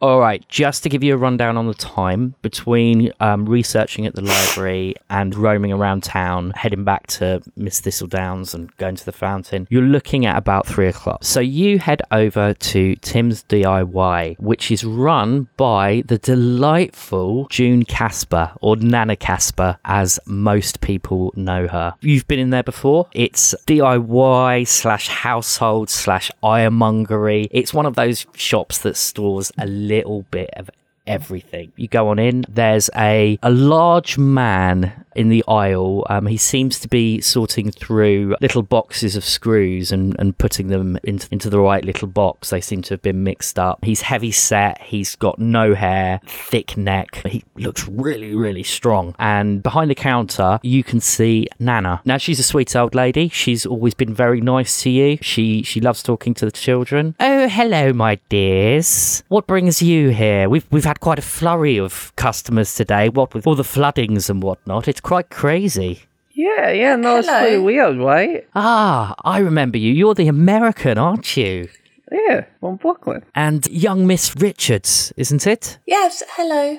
Speaker 2: All right, just to give you a rundown on the time between um, researching at the library and roaming around town, heading back to Miss Thistledown's and going to the fountain, you're looking at about three o'clock. So you head over to Tim's DIY, which is run by the delightful June Casper, or Nana Casper, as most people know her. You've been in there before. It's DIY slash household slash ironmongery. It's one of those shops that stores a little bit of everything. You go on in. There's a a large man in the aisle. Um, he seems to be sorting through little boxes of screws and, and putting them into, into the right little box. They seem to have been mixed up. He's heavy set. He's got no hair, thick neck. He looks really really strong. And behind the counter, you can see Nana. Now she's a sweet old lady. She's always been very nice to you. She she loves talking to the children. Oh hello, my dears. What brings you here? We've we've had quite a flurry of customers today. What with all the floodings and whatnot, it's quite crazy.
Speaker 4: Yeah, yeah, no, it's
Speaker 3: Hello.
Speaker 4: pretty weird, right?
Speaker 2: Ah, I remember you. You're the American, aren't you?
Speaker 4: Yeah, from Brooklyn.
Speaker 2: And young Miss Richards, isn't it?
Speaker 3: Yes, hello.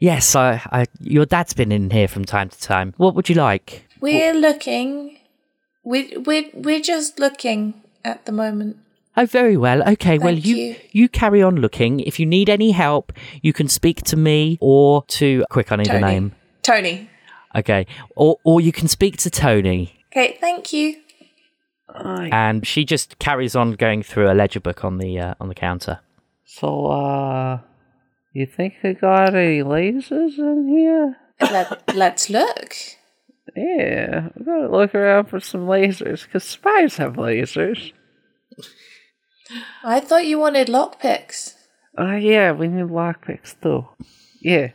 Speaker 2: Yes, I, I. Your dad's been in here from time to time. What would you like?
Speaker 3: We're looking. We we we're just looking at the moment.
Speaker 2: Oh, very well. Okay, well,
Speaker 3: Thank
Speaker 2: you,
Speaker 3: you.
Speaker 2: you carry on looking. If you need any help, you can speak to me or to. Quick, I need
Speaker 3: Tony.
Speaker 2: a name.
Speaker 3: Tony.
Speaker 2: Okay, or or you can speak to Tony.
Speaker 3: Okay, thank you.
Speaker 2: and she just carries on going through a ledger book on the uh, on the counter.
Speaker 4: So, uh, you think they got any lasers in here?
Speaker 3: Let, let's look.
Speaker 4: Yeah, I'm gonna look around for some lasers, because spies have lasers.
Speaker 3: I thought you wanted lockpicks.
Speaker 4: Oh, yeah, we need lockpicks, too. Yeah.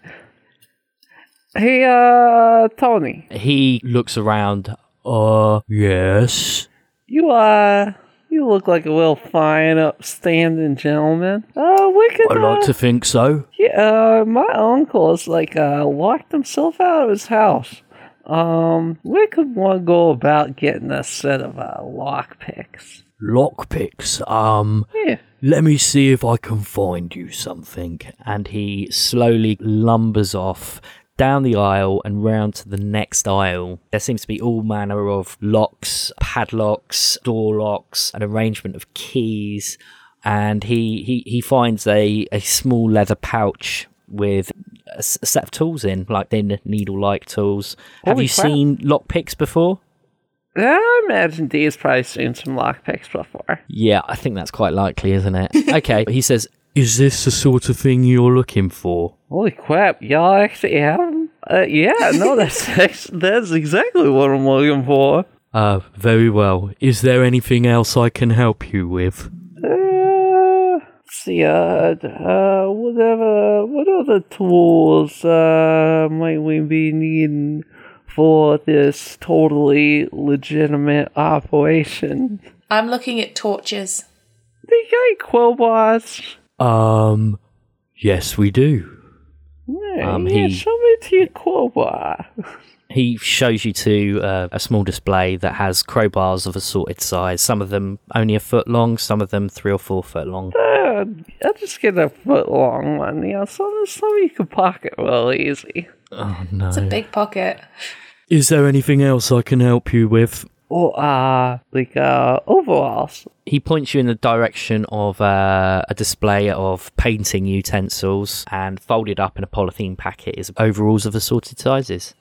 Speaker 4: Hey, uh, Tony,
Speaker 2: He looks around. Uh, yes.
Speaker 4: you, uh, you look like a real fine, upstanding gentleman. Uh, we could,
Speaker 2: I
Speaker 4: uh,
Speaker 2: like to think so.
Speaker 4: Yeah, uh, my uncle is like uh, locked himself out of his house. Um, where could one go about getting a set of uh, lockpicks?
Speaker 2: Lockpicks. Um,
Speaker 4: Yeah.
Speaker 2: let me see if I can find you something. And he slowly lumbers off down the aisle and round to the next aisle. There seems to be all manner of locks, padlocks, door locks, an arrangement of keys. And he, he, he finds a, a small leather pouch with a s- a set of tools in, like thin needle like tools. Have
Speaker 4: Holy
Speaker 2: you
Speaker 4: crap.
Speaker 2: seen lockpicks before?
Speaker 4: I imagine Dee's probably seen some lockpicks before.
Speaker 2: Yeah, I think that's quite likely, isn't it? Okay. he says, Is this the sort of thing you're looking for?
Speaker 4: Holy crap, y'all actually have 'em? Uh, yeah, no, that's ex- that's exactly what I'm looking for.
Speaker 2: Uh, very well. Is there anything else I can help you with?
Speaker 4: Uh, let's see, uh, d- uh, whatever, what other tools, uh, might we be needing for this totally legitimate operation?
Speaker 3: I'm looking at torches.
Speaker 4: They got crowbars.
Speaker 2: Um, yes, we do.
Speaker 4: Yeah,
Speaker 2: Um,
Speaker 4: yeah,
Speaker 2: he-
Speaker 4: show me to your crowbar.
Speaker 2: He shows you to uh, a small display that has crowbars of assorted size. Some of them only a foot long, some of them three or four foot long.
Speaker 4: Uh, I'll just get a foot long one, you know, so there's something you can pocket real easy.
Speaker 2: Oh no!
Speaker 3: It's a big pocket.
Speaker 2: Is there anything else I can help you with?
Speaker 4: Or, uh, like, uh, overalls.
Speaker 2: He points you in the direction of uh, a display of painting utensils, and folded up in a polythene packet is overalls of assorted sizes.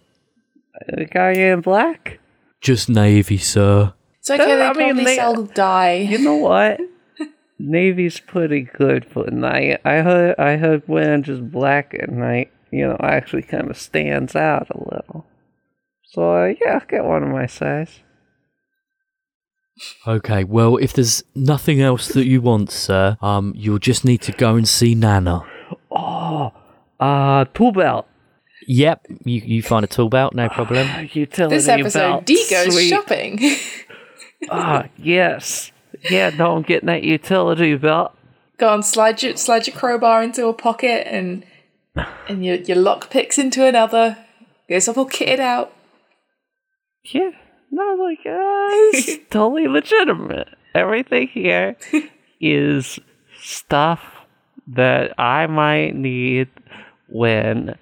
Speaker 4: The guy in black?
Speaker 2: Just navy, sir.
Speaker 3: It's okay.
Speaker 4: I
Speaker 3: They
Speaker 4: mean,
Speaker 3: probably
Speaker 4: they-
Speaker 3: sell dye.
Speaker 4: You know what? Navy's pretty good for night. I heard I heard wearing just black at night, you know, actually kind of stands out a little. So uh, yeah, I'll get one of my size.
Speaker 2: Okay, well, if there's nothing else that you want, sir, um, you'll just need to go and see Nana.
Speaker 4: Oh, uh, tool belt.
Speaker 2: Yep, you, you find a tool belt, no problem.
Speaker 4: Utility
Speaker 3: This episode,
Speaker 4: belt.
Speaker 3: D goes
Speaker 4: Sweet.
Speaker 3: shopping.
Speaker 4: Ah, yes. Yeah, no, I'm getting that utility belt.
Speaker 3: Go on, slide your slide your crowbar into a pocket and and your your lockpicks into another. Goes up all kitted out.
Speaker 4: Yeah, no, like uh, it's totally legitimate. Everything here is stuff that I might need when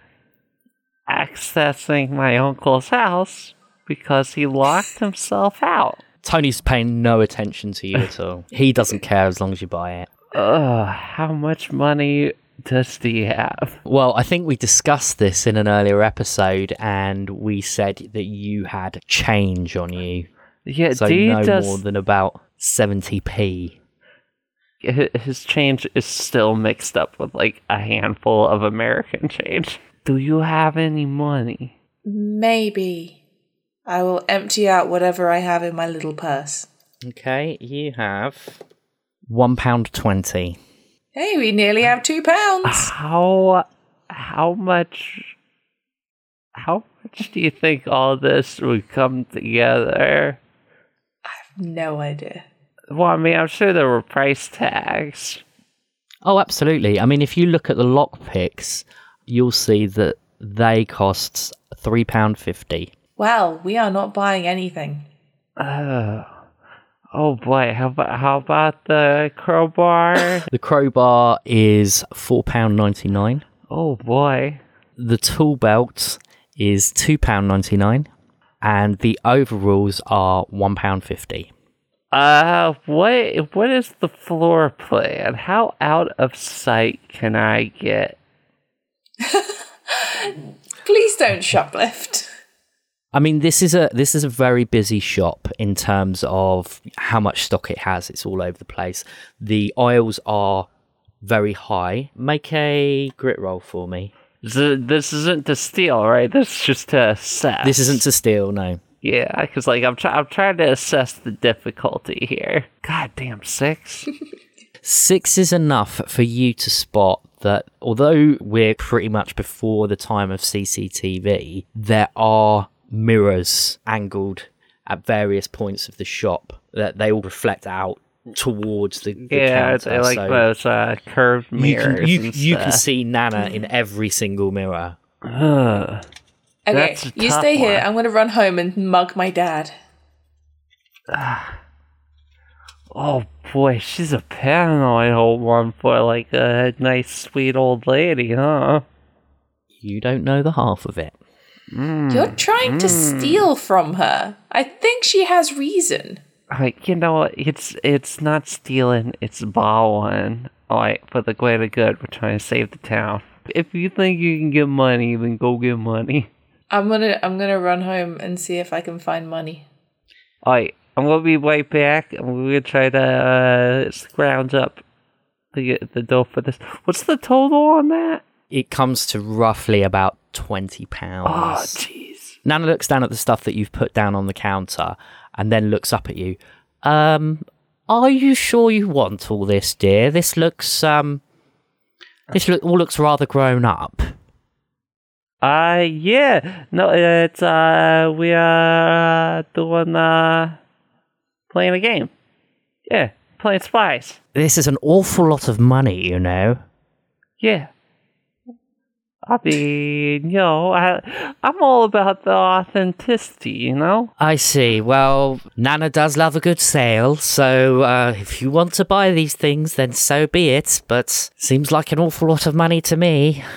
Speaker 4: accessing my uncle's house because he locked himself out.
Speaker 2: Tony's paying no attention to you at all. He doesn't care as long as you buy it.
Speaker 4: Ugh, how much money does he have?
Speaker 2: Well, I think we discussed this in an earlier episode, and we said that you had change on you,
Speaker 4: Yeah,
Speaker 2: so
Speaker 4: D
Speaker 2: no
Speaker 4: does.
Speaker 2: more than about seventy p.
Speaker 4: hi- his change is still mixed up with like a handful of American change. Do you have any money?
Speaker 3: Maybe I will empty out whatever I have in my little purse.
Speaker 2: Okay, you have one pound twenty.
Speaker 3: Hey, we nearly have two pounds.
Speaker 4: Ah. How how much how much do you think all this would come together?
Speaker 3: no idea.
Speaker 4: Well, I mean, I'm sure there were price tags.
Speaker 2: Oh, absolutely. I mean, if you look at the lock picks, you'll see that they cost three pound fifty.
Speaker 3: Well, we are not buying anything.
Speaker 4: Oh, oh boy. How about how about the crowbar?
Speaker 2: The crowbar is four pound ninety nine.
Speaker 4: oh boy.
Speaker 2: The tool belt is two pound ninety nine, and the overalls are one pound fifty.
Speaker 4: Uh, what what is the floor plan? How out of sight can I get?
Speaker 3: Please don't shoplift.
Speaker 2: I mean, this is a this is a very busy shop in terms of how much stock it has. It's all over the place. The aisles are very high. Make a grit roll for me.
Speaker 4: Th- This isn't to steal, right? This is just to assess.
Speaker 2: This isn't to steal, no.
Speaker 4: Yeah, because like I'm try- I'm trying to assess the difficulty here. God damn six.
Speaker 2: Six is enough for you to spot that although we're pretty much before the time of CCTV, there are mirrors angled at various points of the shop that they all reflect out towards the, the
Speaker 4: yeah,
Speaker 2: counter.
Speaker 4: they like
Speaker 2: so
Speaker 4: those uh, curved
Speaker 2: you
Speaker 4: mirrors.
Speaker 2: can, you,
Speaker 4: and
Speaker 2: you can
Speaker 4: stuff.
Speaker 2: see Nana
Speaker 4: Mm-hmm.
Speaker 2: in every single mirror.
Speaker 4: Ugh.
Speaker 3: Okay,
Speaker 4: That's a
Speaker 3: you
Speaker 4: tough
Speaker 3: stay here.
Speaker 4: one.
Speaker 3: I'm going to run home and mug my dad.
Speaker 4: Oh boy, she's a paranoid old one for like a nice sweet old lady, huh?
Speaker 2: You don't know the half of it.
Speaker 3: You're trying to steal from her. I think she has reason.
Speaker 4: Like you know, it's it's not stealing, it's borrowing. Alright, for the greater good, we're trying to save the town. If you think you can get money, then go get money.
Speaker 3: I'm gonna I'm gonna run home and see if I can find money.
Speaker 4: Alright, I'm gonna be right back. and we're gonna try to uh, scrounge up the the dough for this. What's the total on that?
Speaker 2: It comes to roughly about twenty
Speaker 4: Oh,
Speaker 2: pounds.
Speaker 4: jeez.
Speaker 2: Nana looks down at the stuff that you've put down on the counter and then looks up at you. Um, are you sure you want all this, dear? This looks um this look all looks rather grown up.
Speaker 4: Uh, yeah. No, it's uh, we are uh, doing uh, playing a game. Yeah, playing spies.
Speaker 2: This is an awful lot of money, you know.
Speaker 4: Yeah. I mean, you know, I, I'm all about the authenticity, you know?
Speaker 2: I see. Well, Nana does love a good sale, so uh, if you want to buy these things, then so be it. But seems like an awful lot of money to me.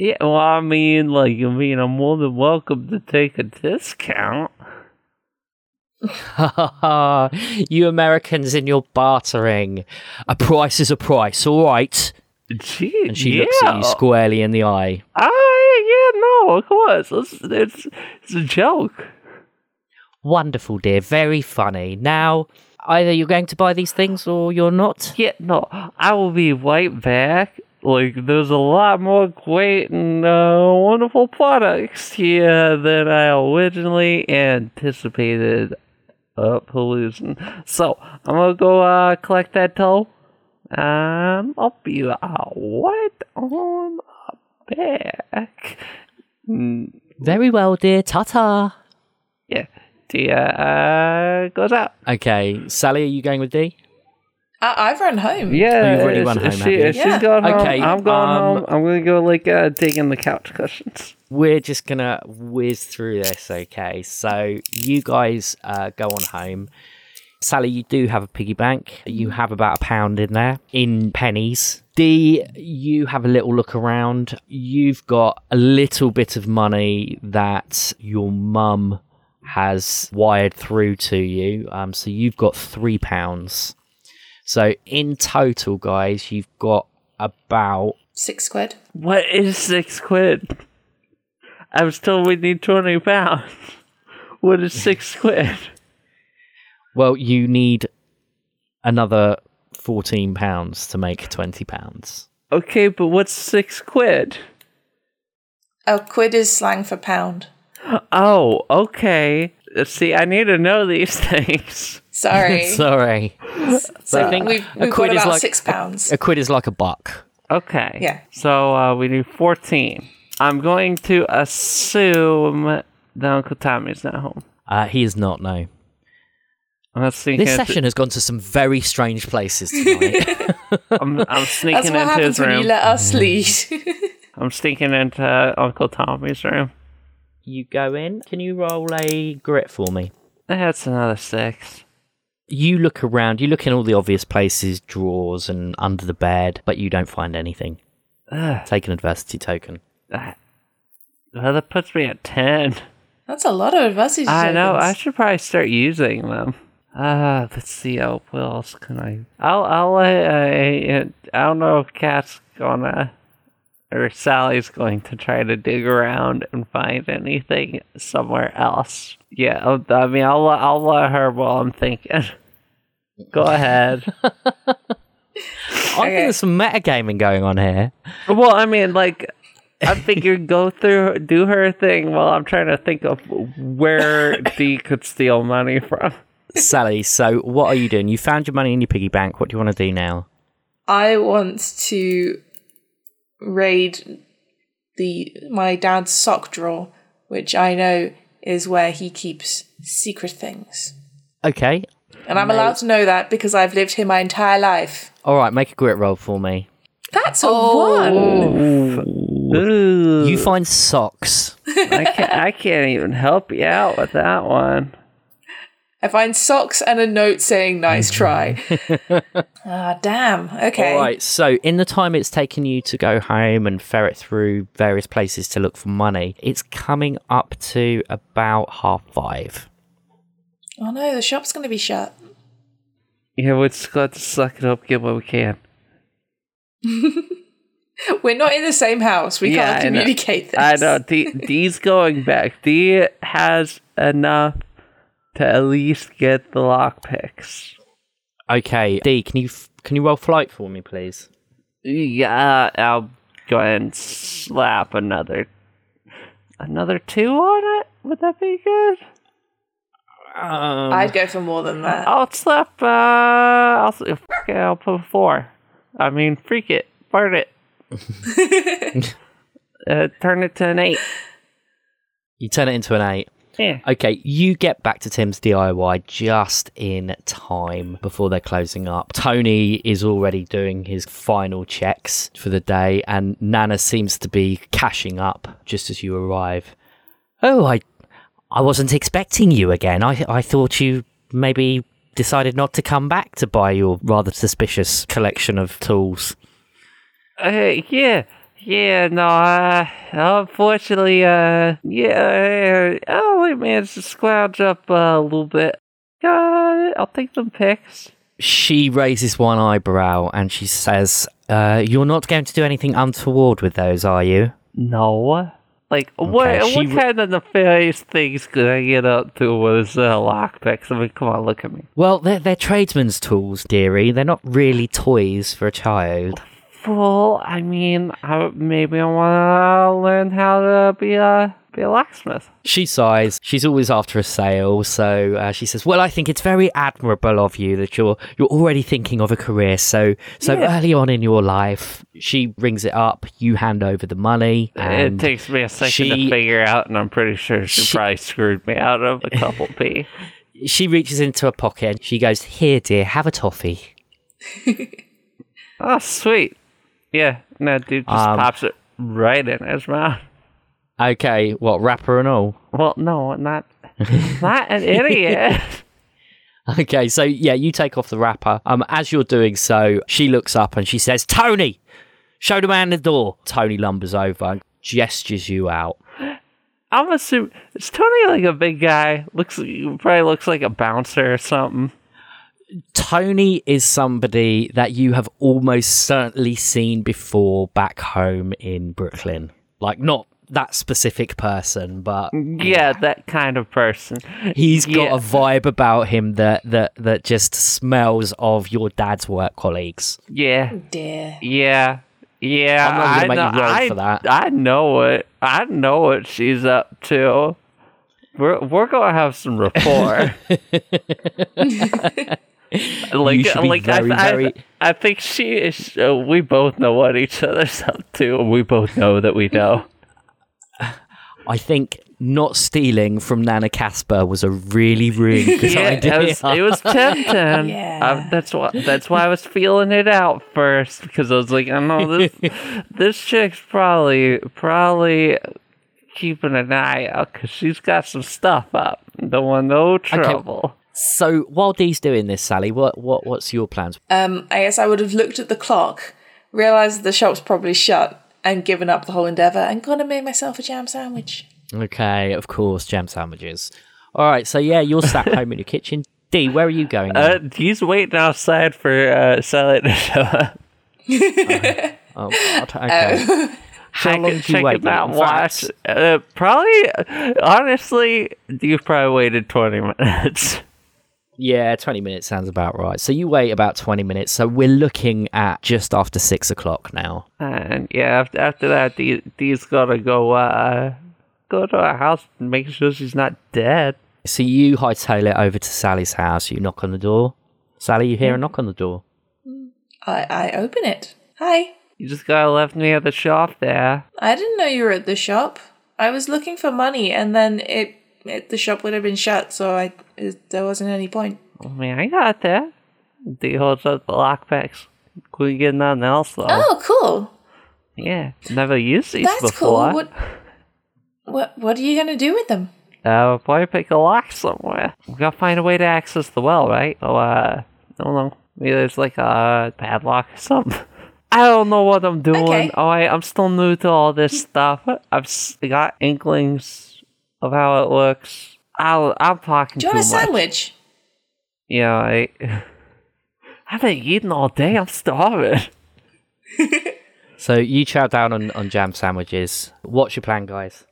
Speaker 4: Yeah, well, I mean, like, I mean, I'm more than welcome to take a discount.
Speaker 2: you Americans in your bartering. A price is a price, all right.
Speaker 4: Gee,
Speaker 2: And she looks at you
Speaker 4: yeah.
Speaker 2: squarely in the eye.
Speaker 4: I, yeah, no, of course. It's, it's, it's a joke.
Speaker 2: Wonderful, dear. Very funny. Now, either you're going to buy these things or you're not.
Speaker 4: Yeah, no, I will be right back. Like, there's a lot more great and uh, wonderful products here than I originally anticipated. Uh, pollution. So, I'm gonna go uh, collect that toll. Um, I'll be uh, right on back.
Speaker 2: Very well, dear. Ta ta.
Speaker 4: Yeah, the uh, goes out.
Speaker 2: Okay, Sally, are you going with D?
Speaker 3: I- I've run home.
Speaker 4: Yeah,
Speaker 2: you've already run
Speaker 4: it's-
Speaker 2: home,
Speaker 4: she,
Speaker 2: haven't
Speaker 3: you?
Speaker 4: She's
Speaker 3: Yeah.
Speaker 4: going home.
Speaker 2: Okay,
Speaker 4: I'm going
Speaker 2: um,
Speaker 4: home. I'm gonna go like uh, dig in the couch cushions.
Speaker 2: we're just gonna whiz through this okay so you guys uh, go on home Sally, you do have a piggy bank. You have about a pound in there in pennies. D, you have a little look around. You've got a little bit of money that your mum has wired through to you. Um, so you've got three pounds. So in total, guys, you've got about
Speaker 3: Six quid.
Speaker 4: What is six quid? I'm still we need twenty pounds. What is six quid?
Speaker 2: Well, you need another fourteen pounds to make twenty pounds.
Speaker 4: Okay, but what's six quid?
Speaker 3: A quid is slang for pound.
Speaker 4: Oh, okay. Uh, See, I need to know these things.
Speaker 3: Sorry.
Speaker 2: Sorry,
Speaker 3: So
Speaker 2: I think
Speaker 3: we've,
Speaker 2: a
Speaker 3: we've
Speaker 2: quid
Speaker 3: got
Speaker 2: is
Speaker 3: about
Speaker 2: like-
Speaker 3: six pounds.
Speaker 2: a quid is like a buck.
Speaker 4: Okay.
Speaker 3: Yeah.
Speaker 4: So uh, we need fourteen. I'm going to assume that Uncle Tommy's not home.
Speaker 2: Uh, he is not. No,
Speaker 4: I'm sneaking.
Speaker 2: this
Speaker 4: into-
Speaker 2: session has gone to some very strange places tonight.
Speaker 4: I'm, I'm sneaking
Speaker 3: That's what
Speaker 4: into his
Speaker 3: happens when you
Speaker 4: room.
Speaker 3: let us lead.
Speaker 4: I'm sneaking into uh, Uncle Tommy's room.
Speaker 2: you go in. Can you roll a grit for me?
Speaker 4: That's another six.
Speaker 2: You look around. You look in all the obvious places, drawers and under the bed, but you don't find anything. Take an adversity token.
Speaker 4: That, well, that puts me at ten.
Speaker 3: That's a lot of adversity.
Speaker 4: I know. I
Speaker 3: tokens.
Speaker 4: should probably start using them. Uh, let's see. Oh, what else can I? I'll. I'll. Uh, uh, I don't know if Kat's gonna or Sally's going to try to dig around and find anything somewhere else. Yeah. I'll- I mean, I'll. let- I'll let her while I'm thinking. Go ahead.
Speaker 2: I think there's some metagaming going on here.
Speaker 4: well, I mean, like. I figure go through, do her thing while I'm trying to think of where Dee could steal money from.
Speaker 2: Sally, so what are you doing? You found your money in your piggy bank. What do you want to do now?
Speaker 3: I want to raid the my dad's sock drawer, which I know is where he keeps secret things.
Speaker 2: Okay.
Speaker 3: And I'm allowed to know that because I've lived here my entire life.
Speaker 2: All right, make a grit roll for me.
Speaker 3: That's a
Speaker 4: Oh.
Speaker 3: one.
Speaker 4: Ooh.
Speaker 2: You find socks.
Speaker 4: I can't, I can't even help you out with that one.
Speaker 3: I find socks and a note saying "nice try." ah, damn. Okay.
Speaker 2: All right, so in the time it's taken you to go home and ferret through various places to look for money, it's coming up to about half five.
Speaker 3: Oh no, the shop's going to be shut.
Speaker 4: Yeah, we just got to suck it up, get what we can.
Speaker 3: We're not in the same house. We can't
Speaker 4: yeah, I know.
Speaker 3: communicate
Speaker 4: I
Speaker 3: this.
Speaker 4: know. D, D's going back. D has enough to at least get the lockpicks.
Speaker 2: Okay, D, can you f- can you roll flight for me, please?
Speaker 4: Yeah, I'll go ahead and slap another, another two on it. Would that be good?
Speaker 2: Um,
Speaker 3: I'd go for more than that.
Speaker 4: I'll slap. Uh, I'll s- f- it, I'll put four. I mean, freak it, burn it, uh, turn it to an eight.
Speaker 2: you turn it into an eight.
Speaker 4: Yeah.
Speaker 2: Okay, you get back to Tim's DIY just in time before they're closing up. Tony is already doing his final checks for the day, and Nana seems to be cashing up just as you arrive. Oh, I, I wasn't expecting you again. I, I thought you maybe decided not to come back to buy your rather suspicious collection of tools.
Speaker 4: Uh, yeah, yeah, no, uh, unfortunately, uh, yeah, uh, I only managed to scrounge up uh, a little bit. Uh, I'll take them picks.
Speaker 2: she raises one eyebrow and she says, uh, "You're not going to do anything untoward with those, are you?"
Speaker 4: No. Like, what,
Speaker 2: she
Speaker 4: what
Speaker 2: re-
Speaker 4: kind of nefarious things could I get up to with uh, lockpicks? I mean, come on, look at me.
Speaker 2: Well, they're, they're tradesmen's tools, dearie. They're not really toys for a child.
Speaker 4: Well, I mean, I, maybe I want to learn how to be a, be a locksmith.
Speaker 2: She sighs. She's always after a sale, so uh, she says, "Well, I think it's very admirable of you that you're you're already thinking of a career so so early on in your life." She rings it up. You hand over the money.
Speaker 4: it
Speaker 2: And
Speaker 4: takes me a second
Speaker 2: she-
Speaker 4: to figure out, and I'm pretty sure she,
Speaker 2: She-
Speaker 4: probably screwed me out of a couple P.
Speaker 2: she reaches into her pocket and she goes, "Here, dear, have a toffee."
Speaker 4: Oh, sweet. Yeah, no, dude just
Speaker 2: Um,
Speaker 4: pops it right in his mouth.
Speaker 2: Okay, what wrapper and all?
Speaker 4: Well, no, not not an idiot.
Speaker 2: Okay, so yeah, you take off the wrapper. Um, as you're doing so, she looks up and she says, "Tony, show the man the door." Tony lumbers over and gestures you out.
Speaker 4: I'm assuming is Tony like a big guy? Looks probably looks like a bouncer or something.
Speaker 2: Tony is somebody that you have almost certainly seen before back home in Brooklyn. Like, not that specific person, but
Speaker 4: Yeah, that kind of person.
Speaker 2: he's got
Speaker 4: Yeah.
Speaker 2: a vibe about him that, that, that just smells of your dad's work colleagues.
Speaker 4: Yeah,
Speaker 3: Dear.
Speaker 4: yeah, yeah.
Speaker 2: I'm not gonna
Speaker 4: I
Speaker 2: make you
Speaker 4: know,
Speaker 2: roll
Speaker 4: I,
Speaker 2: for that.
Speaker 4: I know it. I know what she's up to. We're we're gonna have some rapport. like
Speaker 2: You should be
Speaker 4: like
Speaker 2: very,
Speaker 4: I,
Speaker 2: very-
Speaker 4: I, I think she is. Uh, we both know what each other's up to. and We both know that we know.
Speaker 2: I think not stealing from Nana Casper was a really, really good
Speaker 4: Yeah, it
Speaker 2: idea.
Speaker 4: was, it was tempting.
Speaker 3: Yeah.
Speaker 4: I- that's why. That's why I was feeling it out first because I was like, I know this. this chick's probably probably keeping an eye out because she's got some stuff up. Don't want no trouble.
Speaker 2: so while Dee's doing this, Sally, what, what what's your plans?
Speaker 3: Um, I guess I would have looked at the clock, realised the shop's probably shut, and given up the whole endeavour and gone and made myself a jam sandwich.
Speaker 2: Okay, of course, jam sandwiches. All right, so yeah, you're sat home in your kitchen. Dee, where are you going? now?
Speaker 4: Uh, he's waiting outside for uh, Sally to show up.
Speaker 2: Oh, God, okay.
Speaker 4: uh,
Speaker 2: How
Speaker 4: Check,
Speaker 2: long
Speaker 4: it,
Speaker 2: did you
Speaker 4: check
Speaker 2: wait?
Speaker 4: him out.
Speaker 2: In
Speaker 4: and
Speaker 2: fact,
Speaker 4: Watch. Uh, probably. Honestly, you've probably waited twenty minutes.
Speaker 2: Yeah, 20 minutes sounds about right. So you wait about 20 minutes. So we're looking at just after six o'clock now.
Speaker 4: And yeah, after, after that, Dee, Dee's gotta go, uh, go to her house and make sure she's not dead.
Speaker 2: So you hightail it over to Sally's house. You knock on the door. Sally, you hear a knock on the door.
Speaker 3: I, I open it. Hi.
Speaker 4: You just gotta left me at the shop there.
Speaker 3: I didn't know you were at the shop. I was looking for money, and then it, it the shop would have been shut, so I it, there wasn't any point.
Speaker 4: I mean, I got there. Dee holds up the lockpicks. Couldn't get nothing else though.
Speaker 3: Oh, cool.
Speaker 4: Yeah, never used these
Speaker 3: That's
Speaker 4: before.
Speaker 3: cool. What, what what are you gonna do with them?
Speaker 4: Uh, I'll probably pick a lock somewhere. We gotta find a way to access the well, right? So, uh, I don't know. Maybe there's like a padlock or something. I don't know what I'm doing.
Speaker 3: Okay.
Speaker 4: All right, I'm still new to all this stuff. I've s- got inklings of how it looks. I'll, I'm talking
Speaker 3: Do you
Speaker 4: too
Speaker 3: want a
Speaker 4: much.
Speaker 3: sandwich?
Speaker 4: Yeah, I, I've been eating all day. I'm starving.
Speaker 2: So you chow down on, on jam sandwiches. What's your plan, guys?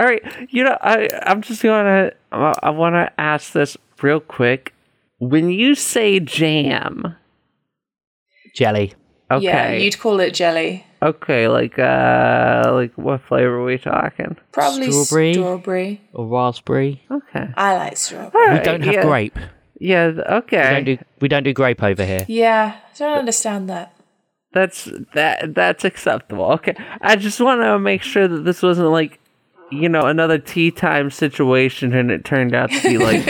Speaker 4: All right, you know, I I'm just gonna I, I want to ask this real quick. When you say jam,
Speaker 2: Jelly.
Speaker 4: okay,
Speaker 3: Yeah, you'd call it jelly.
Speaker 4: okay, like uh, like what flavor are we talking?
Speaker 3: Probably
Speaker 2: Strawberry?
Speaker 3: strawberry.
Speaker 2: Or raspberry?
Speaker 4: Okay,
Speaker 3: I like
Speaker 4: All
Speaker 3: strawberry.
Speaker 2: We
Speaker 4: right,
Speaker 2: don't have
Speaker 4: Uh, yeah,
Speaker 2: grape.
Speaker 4: Yeah, th- okay,
Speaker 2: We don't do we don't do grape over here.
Speaker 3: Yeah, I don't understand that.
Speaker 4: that's that that's acceptable. Okay, I just want to make sure that this wasn't like. You know, another tea time situation, and it turned out to be like,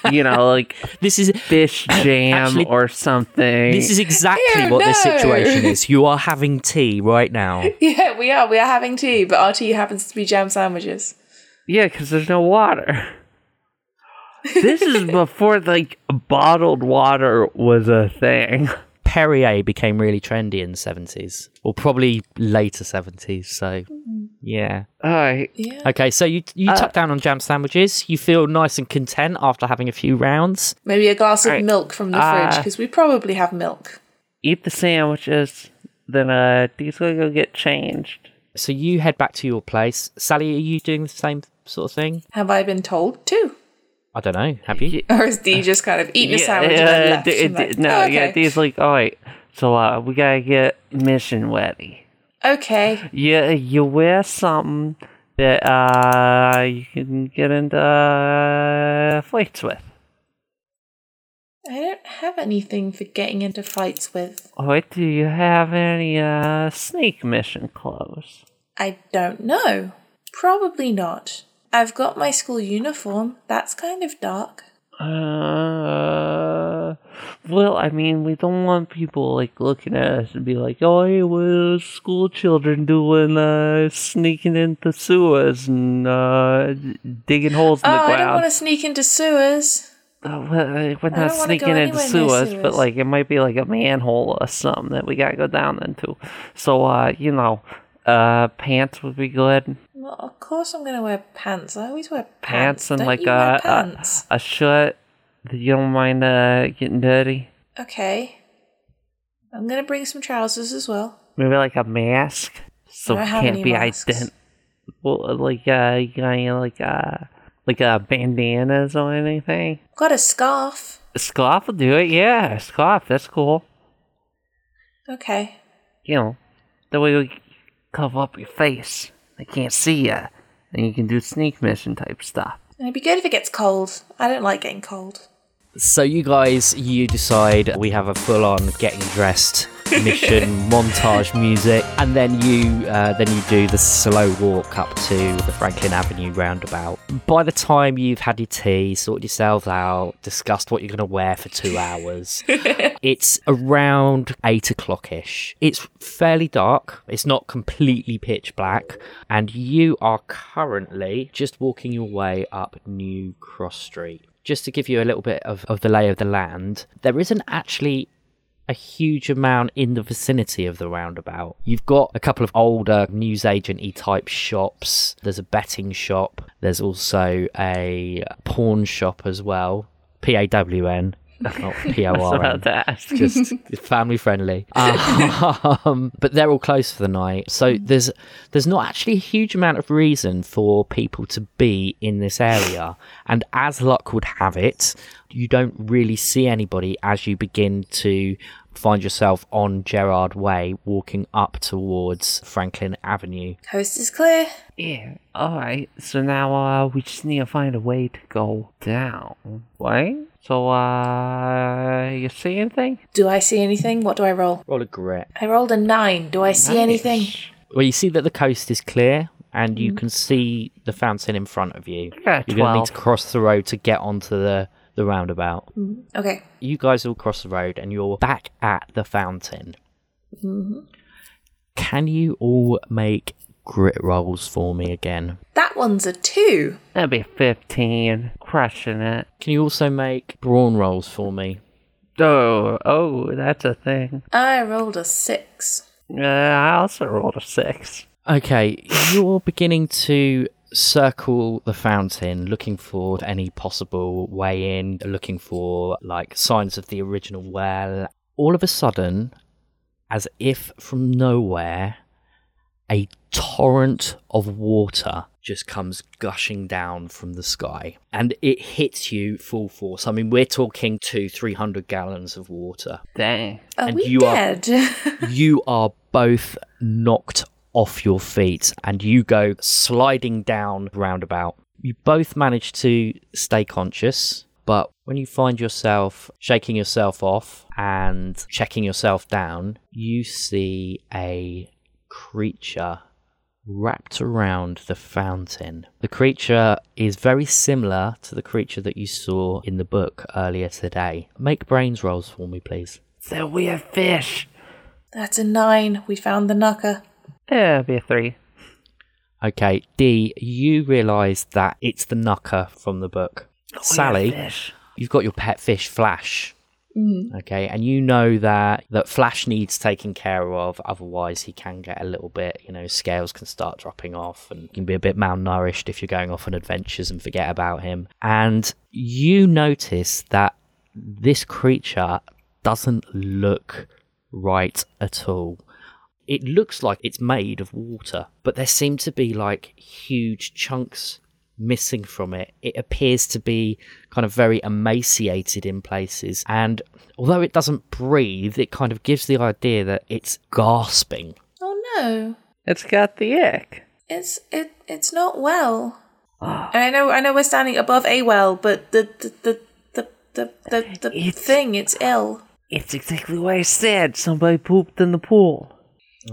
Speaker 4: you know, like
Speaker 2: This is
Speaker 4: fish jam
Speaker 2: Actually,
Speaker 4: or something.
Speaker 2: this is exactly
Speaker 3: Ew,
Speaker 2: what this
Speaker 3: no.
Speaker 2: situation is. You are having tea right now.
Speaker 3: Yeah, we are. We are having tea, but our tea happens to be jam sandwiches.
Speaker 4: Yeah, because there's no water. this is before like bottled water was a thing.
Speaker 2: Perrier became really trendy in the 70s, or probably later 70s. So, yeah.
Speaker 4: All right.
Speaker 3: Yeah.
Speaker 2: Okay, so you you tuck down on jam sandwiches. You feel nice and content after having a few rounds.
Speaker 3: Maybe a glass of
Speaker 4: Alright,
Speaker 3: milk from the
Speaker 4: uh,
Speaker 3: fridge because we probably have milk.
Speaker 4: Eat the sandwiches, then uh, these gonna go get changed.
Speaker 2: So you head back to your place. Sally, are you doing the same sort of thing?
Speaker 3: Have I been told too?
Speaker 2: I don't know. Have you?
Speaker 3: Or is Dee just kind of eating a sandwich and then left?
Speaker 4: d-
Speaker 3: and
Speaker 4: d-
Speaker 3: like,
Speaker 4: no,
Speaker 3: "Oh,
Speaker 4: yeah,
Speaker 3: okay.
Speaker 4: these like, all right. So uh, we gotta get mission ready.
Speaker 3: Okay.
Speaker 4: Yeah, you wear something that uh you can get into uh, fights with.
Speaker 3: I don't have anything for getting into fights with.
Speaker 4: All right, do you have any uh snake mission clothes?
Speaker 3: I don't know. Probably not. I've got my school uniform. That's kind of dark.
Speaker 4: Uh, well, I mean, we don't want people like looking at us and be like, "Oh, hey, what are those school children doing? Uh, sneaking into sewers and uh, digging holes in
Speaker 3: Oh,
Speaker 4: the
Speaker 3: I don't
Speaker 4: ground."
Speaker 3: want to sneak into sewers.
Speaker 4: uh, we're we're
Speaker 3: wanna
Speaker 4: not
Speaker 3: go
Speaker 4: sneaking into
Speaker 3: anywhere near
Speaker 4: sewers, but
Speaker 3: sewers.
Speaker 4: like it might be like a manhole or something that we gotta go down into. So uh, you know, uh, pants would be good.
Speaker 3: Well, of course I'm going to wear pants. I always wear pants.
Speaker 4: Pants and
Speaker 3: Don't
Speaker 4: like
Speaker 3: you
Speaker 4: a,
Speaker 3: wear
Speaker 4: a
Speaker 3: pants.
Speaker 4: a shirt. that You don't mind uh, getting dirty?
Speaker 3: okay. I'm going to bring some trousers as well.
Speaker 4: Maybe like a mask, so
Speaker 3: I
Speaker 4: it
Speaker 3: don't have
Speaker 4: can't
Speaker 3: any
Speaker 4: be
Speaker 3: masks.
Speaker 4: ident. Well, like uh, you got any, like uh, like uh, bandanas or anything.
Speaker 3: Got a scarf.
Speaker 4: A scarf will do it. Yeah, a scarf. That's cool.
Speaker 3: Okay.
Speaker 4: you know, that way you cover up your face. They can't see you. And you can do sneak mission type stuff.
Speaker 3: And it'd be good if it gets cold. I don't like getting cold.
Speaker 2: So you guys, you decide we have a full-on getting dressed mission, montage music, and then you uh, then you do the slow walk up to the Franklin Avenue roundabout. By the time you've had your tea, sorted yourselves out, discussed what you're going to wear for two hours, it's around eight o'clock ish. It's fairly dark. It's not completely pitch black, and you are currently just walking your way up New Cross Street just to give you a little bit of, of the lay of the land, there isn't actually a huge amount in the vicinity of the roundabout. You've got a couple of older newsagent y type shops. There's a betting shop. There's also a pawn shop as well. P A W N, not P O R N
Speaker 4: About to ask.
Speaker 2: just family friendly. Um, but they're all closed for the night, so there's there's not actually a huge amount of reason for people to be in this area. And as luck would have it, you don't really see anybody as you begin to find yourself on Gerard Way, walking up towards Franklin Avenue.
Speaker 3: Coast is clear.
Speaker 4: Yeah. Alright. So now uh we just need to find a way to go down. Right? So uh you see anything?
Speaker 3: Do I see anything? What do I roll?
Speaker 2: Roll a grit.
Speaker 3: I rolled a nine. Do I see anything?
Speaker 2: Well, you see that the coast is clear and you can see the fountain in front of you.
Speaker 4: Yeah,
Speaker 2: You're going to need
Speaker 4: 12.
Speaker 2: to cross the road to get onto the, the roundabout.
Speaker 3: Okay.
Speaker 2: You guys all cross the road and you're back at the fountain. Can you all make grit rolls for me again?
Speaker 3: That one's a two.
Speaker 4: That'd be fifteen. Crushing it.
Speaker 2: Can you also make brawn rolls for me?
Speaker 4: Oh, oh, that's a thing.
Speaker 3: I rolled a six.
Speaker 4: Uh, I also rolled a six.
Speaker 2: Okay, you're beginning to circle the fountain, looking for any possible way in, looking for like signs of the original well. All of a sudden, as if from nowhere, a torrent of water just comes gushing down from the sky and it hits you full force. I mean, we're talking two, 300 gallons of water
Speaker 4: Dang.
Speaker 3: Are
Speaker 2: And
Speaker 3: we
Speaker 2: you are-
Speaker 3: dead?
Speaker 2: you are both knocked off your feet and you go sliding down roundabout. You both manage to stay conscious, but when you find yourself shaking yourself off and checking yourself down, you see a creature wrapped around the fountain. The creature is very similar to the creature that you saw in the book earlier today. Make brains rolls for me, please.
Speaker 4: So we have fish.
Speaker 3: That's a nine. We found the knocker.
Speaker 4: Yeah, it'd be a three.
Speaker 2: Okay, D, you realise that it's the knucker from the book.
Speaker 4: We have
Speaker 2: Sally,
Speaker 4: fish.
Speaker 2: you've got your pet fish, Flash. Okay, and you know that that Flash needs taking care of, otherwise he can get a little bit, you know, scales can start dropping off and you can be a bit malnourished if you're going off on adventures and forget about him. And you notice that this creature doesn't look right at all it looks like it's made of water, but there seem to be like huge chunks missing from it. It appears to be kind of very emaciated in places. And although it doesn't breathe, it kind of gives the idea that it's gasping.
Speaker 3: Oh no.
Speaker 4: It's got the ick.
Speaker 3: It's it it's not well.
Speaker 2: Ah.
Speaker 3: And I know I know we're standing above a well, but the the the the the, the, the
Speaker 4: It's-
Speaker 3: thing it's ill.
Speaker 4: It's exactly what I said. Somebody pooped in the pool.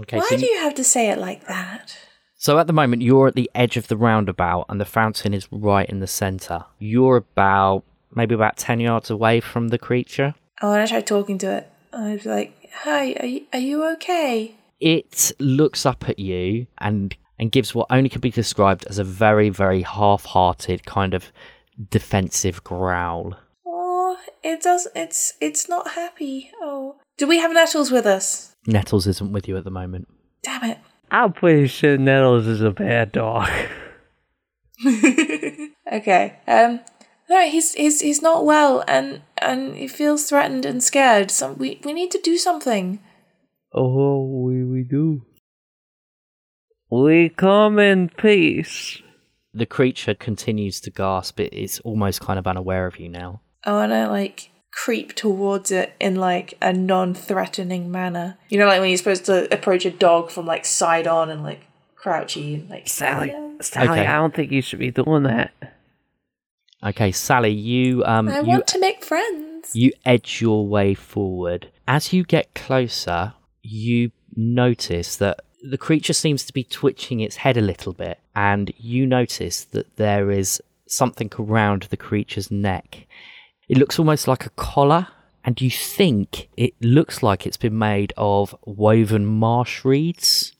Speaker 2: Okay,
Speaker 3: Why
Speaker 2: so,
Speaker 3: do you have to say it like that?
Speaker 2: so at the moment, you're at the edge of the roundabout and the fountain is right in the center. You're about maybe about 10 yards away from the creature.
Speaker 3: Oh, I want to try talking to it. I'd be like, "Hi, are you, are you okay?"
Speaker 2: it looks up at you and and gives what only can be described as a very very half-hearted kind of defensive growl
Speaker 3: Oh Oh, it does. It's it's not happy. Oh, do we have nettles with us?
Speaker 1: Nettles isn't with you at the moment.
Speaker 3: Damn it!
Speaker 4: I'm pretty sure Nettles is a bad dog.
Speaker 3: Okay. Um. No, he's he's he's not well, and and he feels threatened and scared. Some we we need to do something.
Speaker 4: Oh, we, we do. We come in peace.
Speaker 1: The creature continues to gasp. It is almost kind of unaware of you now.
Speaker 3: I want to like creep towards it in like a non-threatening manner. You know, like when you're supposed to approach a dog from like side on and like crouchy and like
Speaker 4: Sally,
Speaker 3: "Hello."
Speaker 4: Sally,
Speaker 1: Okay.
Speaker 4: I don't think you should be doing that.
Speaker 1: Okay, Sally, you um
Speaker 3: I
Speaker 1: you
Speaker 3: want to make friends.
Speaker 1: You edge your way forward. As you get closer, you notice that the creature seems to be twitching its head a little bit, and you notice that there is something around the creature's neck. It looks almost like a collar, and you think it looks like it's been made of woven marsh reeds.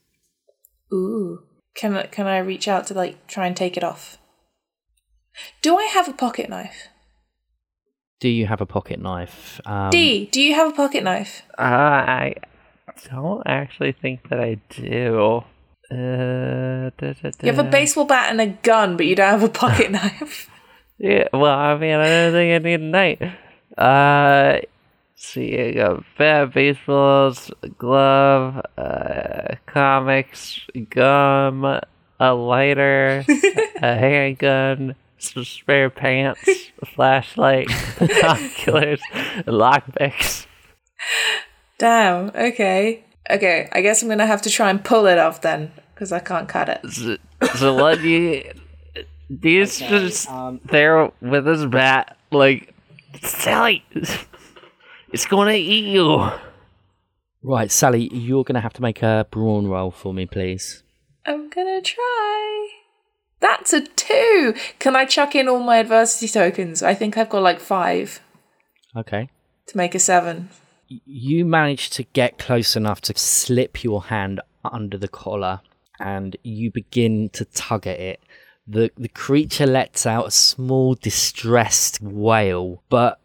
Speaker 3: Ooh. Can I can I reach out to like try and take it off? Do I have a pocket knife?
Speaker 1: Do you have a pocket knife? Um,
Speaker 3: D, do you have a pocket knife?
Speaker 4: Uh, I don't actually think that I do. Uh, da, da,
Speaker 3: You have a
Speaker 4: da.
Speaker 3: baseball bat and a gun, but you don't have a pocket knife.
Speaker 4: Yeah, well, I mean, I don't think I need a knife. Uh, see, I got bat, baseballs, glove, uh, comics, gum, a lighter, a handgun, some spare pants, a flashlight, binoculars, lockpicks.
Speaker 3: Damn. Okay. Okay. I guess I'm gonna have to try and pull it off then, because I can't cut it.
Speaker 4: Z- Zelensky, he's just
Speaker 3: um,
Speaker 4: there with his bat, like, Sally, it's gonna eat you.
Speaker 1: Right, Sally, you're going to have to make a brawn roll for me, please.
Speaker 3: I'm gonna try. That's a two. Can I chuck in all my adversity tokens? I think I've got like five
Speaker 1: Okay.
Speaker 3: to make a seven.
Speaker 1: you manage to get close enough to slip your hand under the collar and you begin to tug at it. The, the creature lets out a small distressed wail, but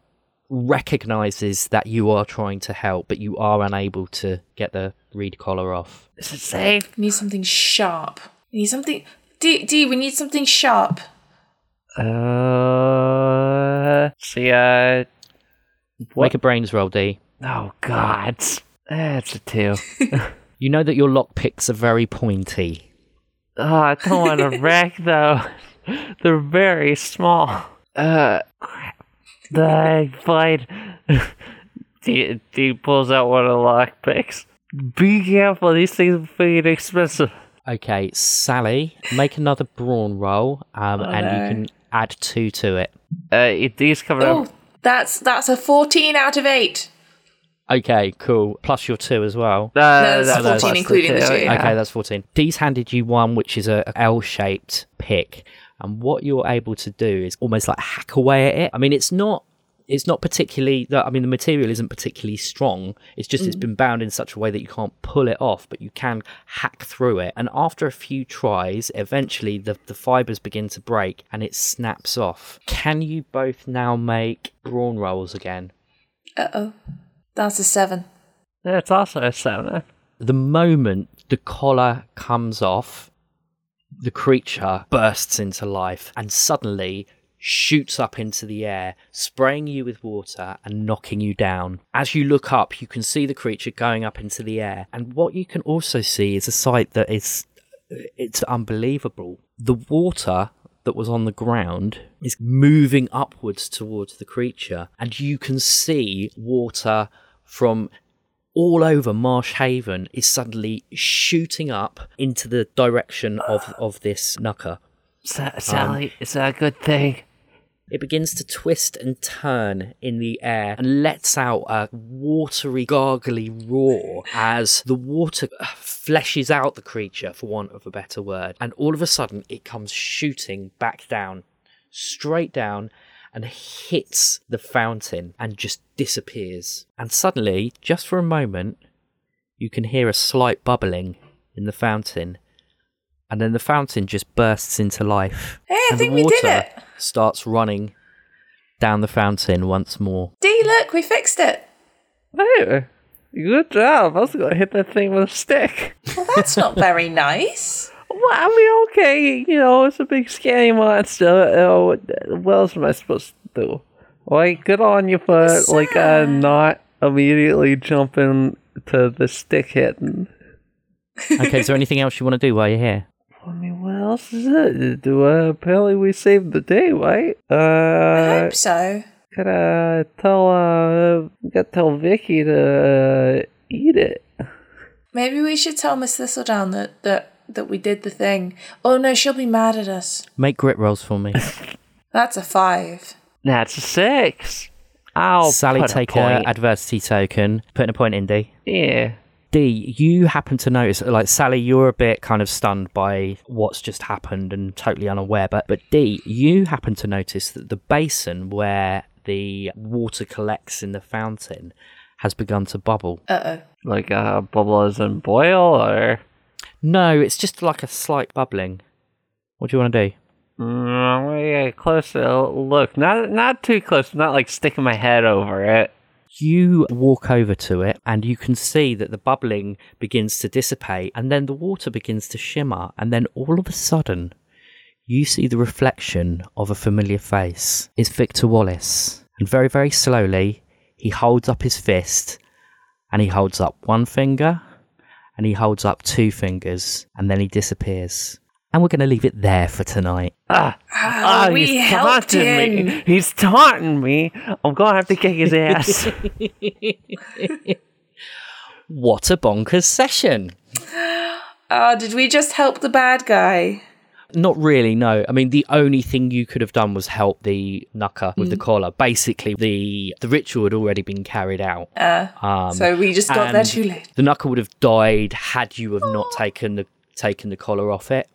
Speaker 1: recognizes that you are trying to help, but you are unable to get the reed collar off.
Speaker 4: Is it safe?
Speaker 3: We need something sharp. We need something. D D. We need something sharp.
Speaker 4: Uh, see, uh,
Speaker 1: Make a brains roll, D.
Speaker 4: oh god, that's a two.
Speaker 1: You know that your lockpicks are very pointy.
Speaker 4: Oh, I don't want to wreck though. They're very small. Uh, crap. The blade. D, D pulls out one of the lockpicks. Be careful, these things are pretty expensive.
Speaker 1: Okay, Sally, make another brawn roll, um, and
Speaker 3: no.
Speaker 1: you can add two to it.
Speaker 4: Uh, these coming
Speaker 3: Oh,
Speaker 4: up.
Speaker 3: that's that's a fourteen out of eight.
Speaker 1: Okay, cool. Plus your two as well.
Speaker 3: No, that's 14 including the two,
Speaker 1: Okay, that's 14. Dee's handed you one, which is a a L-shaped pick, and what you're able to do is almost like hack away at it. I mean, it's not. It's not particularly. I mean, the material isn't particularly strong. It's just it's been
Speaker 2: Mm.
Speaker 1: bound in such a way that you can't pull it off, but you can hack through it. And after a few tries, eventually the the fibers begin to break and it snaps off. Can you both now make brawn rolls again?
Speaker 3: Uh oh. That's a seven.
Speaker 4: That's also a seven.
Speaker 1: the moment the collar comes off, the creature bursts into life and suddenly shoots up into the air, spraying you with water and knocking you down. As you look up, you can see the creature going up into the air. And what you can also see is a sight that is it's unbelievable. The water that was on the ground is moving upwards towards the creature, and you can see water from all over Marsh Haven is suddenly shooting up into the direction of, of this knucker.
Speaker 4: Sa- Sally, is that a good thing?
Speaker 1: It begins to twist and turn in the air and lets out a watery, gargly roar as the water uh, fleshes out the creature, for want of a better word. And all of a sudden, it comes shooting back down, straight down, and hits the fountain and just disappears. And suddenly, just for a moment, you can hear a slight bubbling in the fountain. And then the fountain just bursts into life.
Speaker 3: Hey, I
Speaker 1: and the
Speaker 3: think we did
Speaker 1: water
Speaker 3: it.
Speaker 1: starts running
Speaker 2: down the fountain once more.
Speaker 3: D, look, we fixed it.
Speaker 4: Hey, good job. I was gonna hit that thing with a stick.
Speaker 3: Well, that's not very nice.
Speaker 4: Well, I mean, okay, you know, it's a big scary monster. Oh, what else am I supposed to do? Like, good on you for like uh, not immediately jumping to the stick hitting.
Speaker 2: Okay, is there anything else you want to do while you're here?
Speaker 4: I mean, what else is it? Do uh, apparently we saved the day, right?
Speaker 3: I
Speaker 4: Uh,
Speaker 3: hope so.
Speaker 4: gotta tell uh, gotta tell Vicky to uh, eat it.
Speaker 3: Maybe we should tell Miss Thistledown that, that, that we did the thing. Oh no, she'll be mad at us.
Speaker 2: Make grit rolls for me.
Speaker 3: That's a five.
Speaker 4: That's a six.
Speaker 1: Oh,
Speaker 4: I'll
Speaker 2: Sally,
Speaker 4: put
Speaker 2: take
Speaker 4: a
Speaker 2: a
Speaker 4: point.
Speaker 2: adversity token. Putting a point in D.
Speaker 4: yeah.
Speaker 2: D, you happen to notice, like Sally, you're a bit kind of stunned by what's just happened and totally unaware. But but D, you happen to notice that the basin where the water collects in the fountain has begun to bubble.
Speaker 4: Like uh, bubbles and boil, or
Speaker 2: No, it's just like a slight bubbling. What do you want to do?
Speaker 4: mm, yeah, closer look. Not not too close. Not like sticking my head over it.
Speaker 2: You walk over to it and you can see that the bubbling begins to dissipate and then the water begins to shimmer. And then all of a sudden, you see the reflection of a familiar face. It's Victor Wallace. And very, very slowly, he holds up his fist and he holds up one finger and he holds up two fingers and then he disappears. And we're going to leave it there for tonight.
Speaker 3: Ah, we helped
Speaker 4: taunting
Speaker 3: him.
Speaker 4: Oh, me. He's taunting me. I'm gonna have to kick his ass.
Speaker 2: What a bonkers session!
Speaker 3: Ah, did we just help the bad guy?
Speaker 2: Not really, no. I mean, the only thing you could have done was help the knucker with the collar. Basically, the the ritual had already been carried out.
Speaker 3: so we just got there
Speaker 2: and
Speaker 3: too late.
Speaker 2: The knucker would have died had you have not taken the taken the collar off it.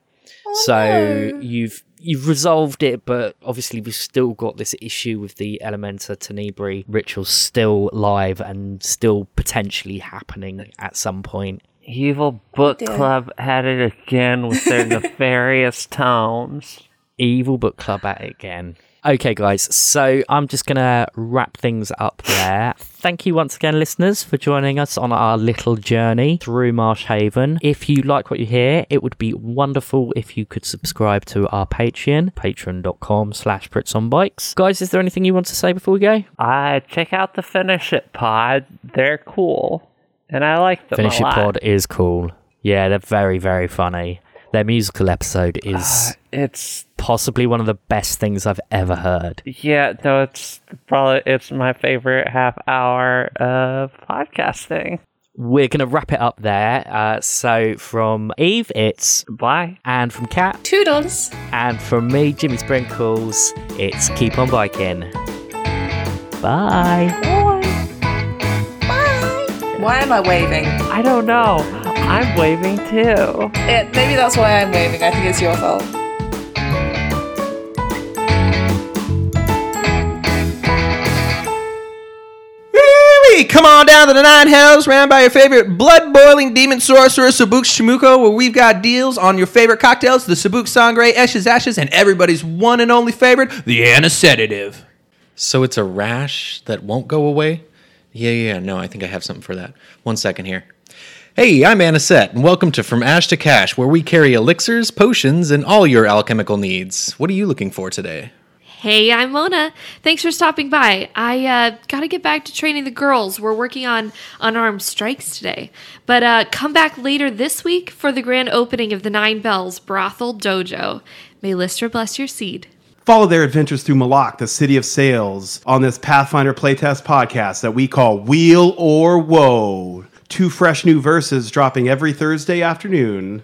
Speaker 3: Oh,
Speaker 2: so you've you've resolved it, but obviously we've still got this issue with the Elementa Tenebri ritual still live and still potentially happening at some point.
Speaker 4: Evil Book Club had it again with their nefarious tones.
Speaker 2: Evil Book Club at it again. Okay, guys, so I'm just going to wrap things up there. Thank you once again, listeners, for joining us on our little journey through Marsh Haven. If you like what you hear, it would be wonderful if you could subscribe to our Patreon, patreon.com slash bikes. Guys, is there anything you want to say before we go?
Speaker 4: Uh, check out the Finish It Pod. They're cool, and I like them.
Speaker 2: Finish
Speaker 4: a
Speaker 2: It
Speaker 4: lot.
Speaker 2: Pod is cool. Yeah, they're very, very funny. Their musical episode is
Speaker 4: It's
Speaker 2: possibly one of the best things I've ever heard.
Speaker 4: yeah, no, it's probably it's my favorite half hour of podcasting.
Speaker 2: we're going to wrap it up there. Uh, so from Eve, it's
Speaker 4: Bye.
Speaker 2: and from Kat,
Speaker 3: Toodles.
Speaker 2: and from me, Jimmy Sprinkles, it's keep on biking. Bye.
Speaker 3: Why am I waving?
Speaker 4: I don't know. I'm waving too.
Speaker 3: Eh, maybe that's why I'm waving. I think it's your fault.
Speaker 7: Wee! Come on down to the Nine Hells, ran by your favorite blood boiling demon sorcerer, Sabuk Shimuko, where we've got deals on your favorite cocktails, the Sabuk Sangre, Eshes Ashes, and everybody's one and only favorite, the Anasedative.
Speaker 8: So it's a rash that won't go away? Yeah, yeah, no, I think I have something for that. One second here. Hey, I'm Anisette, and welcome to From Ash to Cash, where we carry elixirs, potions, and all your alchemical needs. What are you looking for today?
Speaker 9: Hey, I'm Mona. Thanks for stopping by. I uh, got to get back to training the girls. We're working on unarmed strikes today. But uh, come back later this week for the grand opening of the Nine Bells Brothel Dojo. May Lister bless your seed.
Speaker 10: Follow their adventures through Malak, the city of sales, on this Pathfinder playtest podcast that we call Wheel or Woe. Two fresh new verses dropping every Thursday afternoon.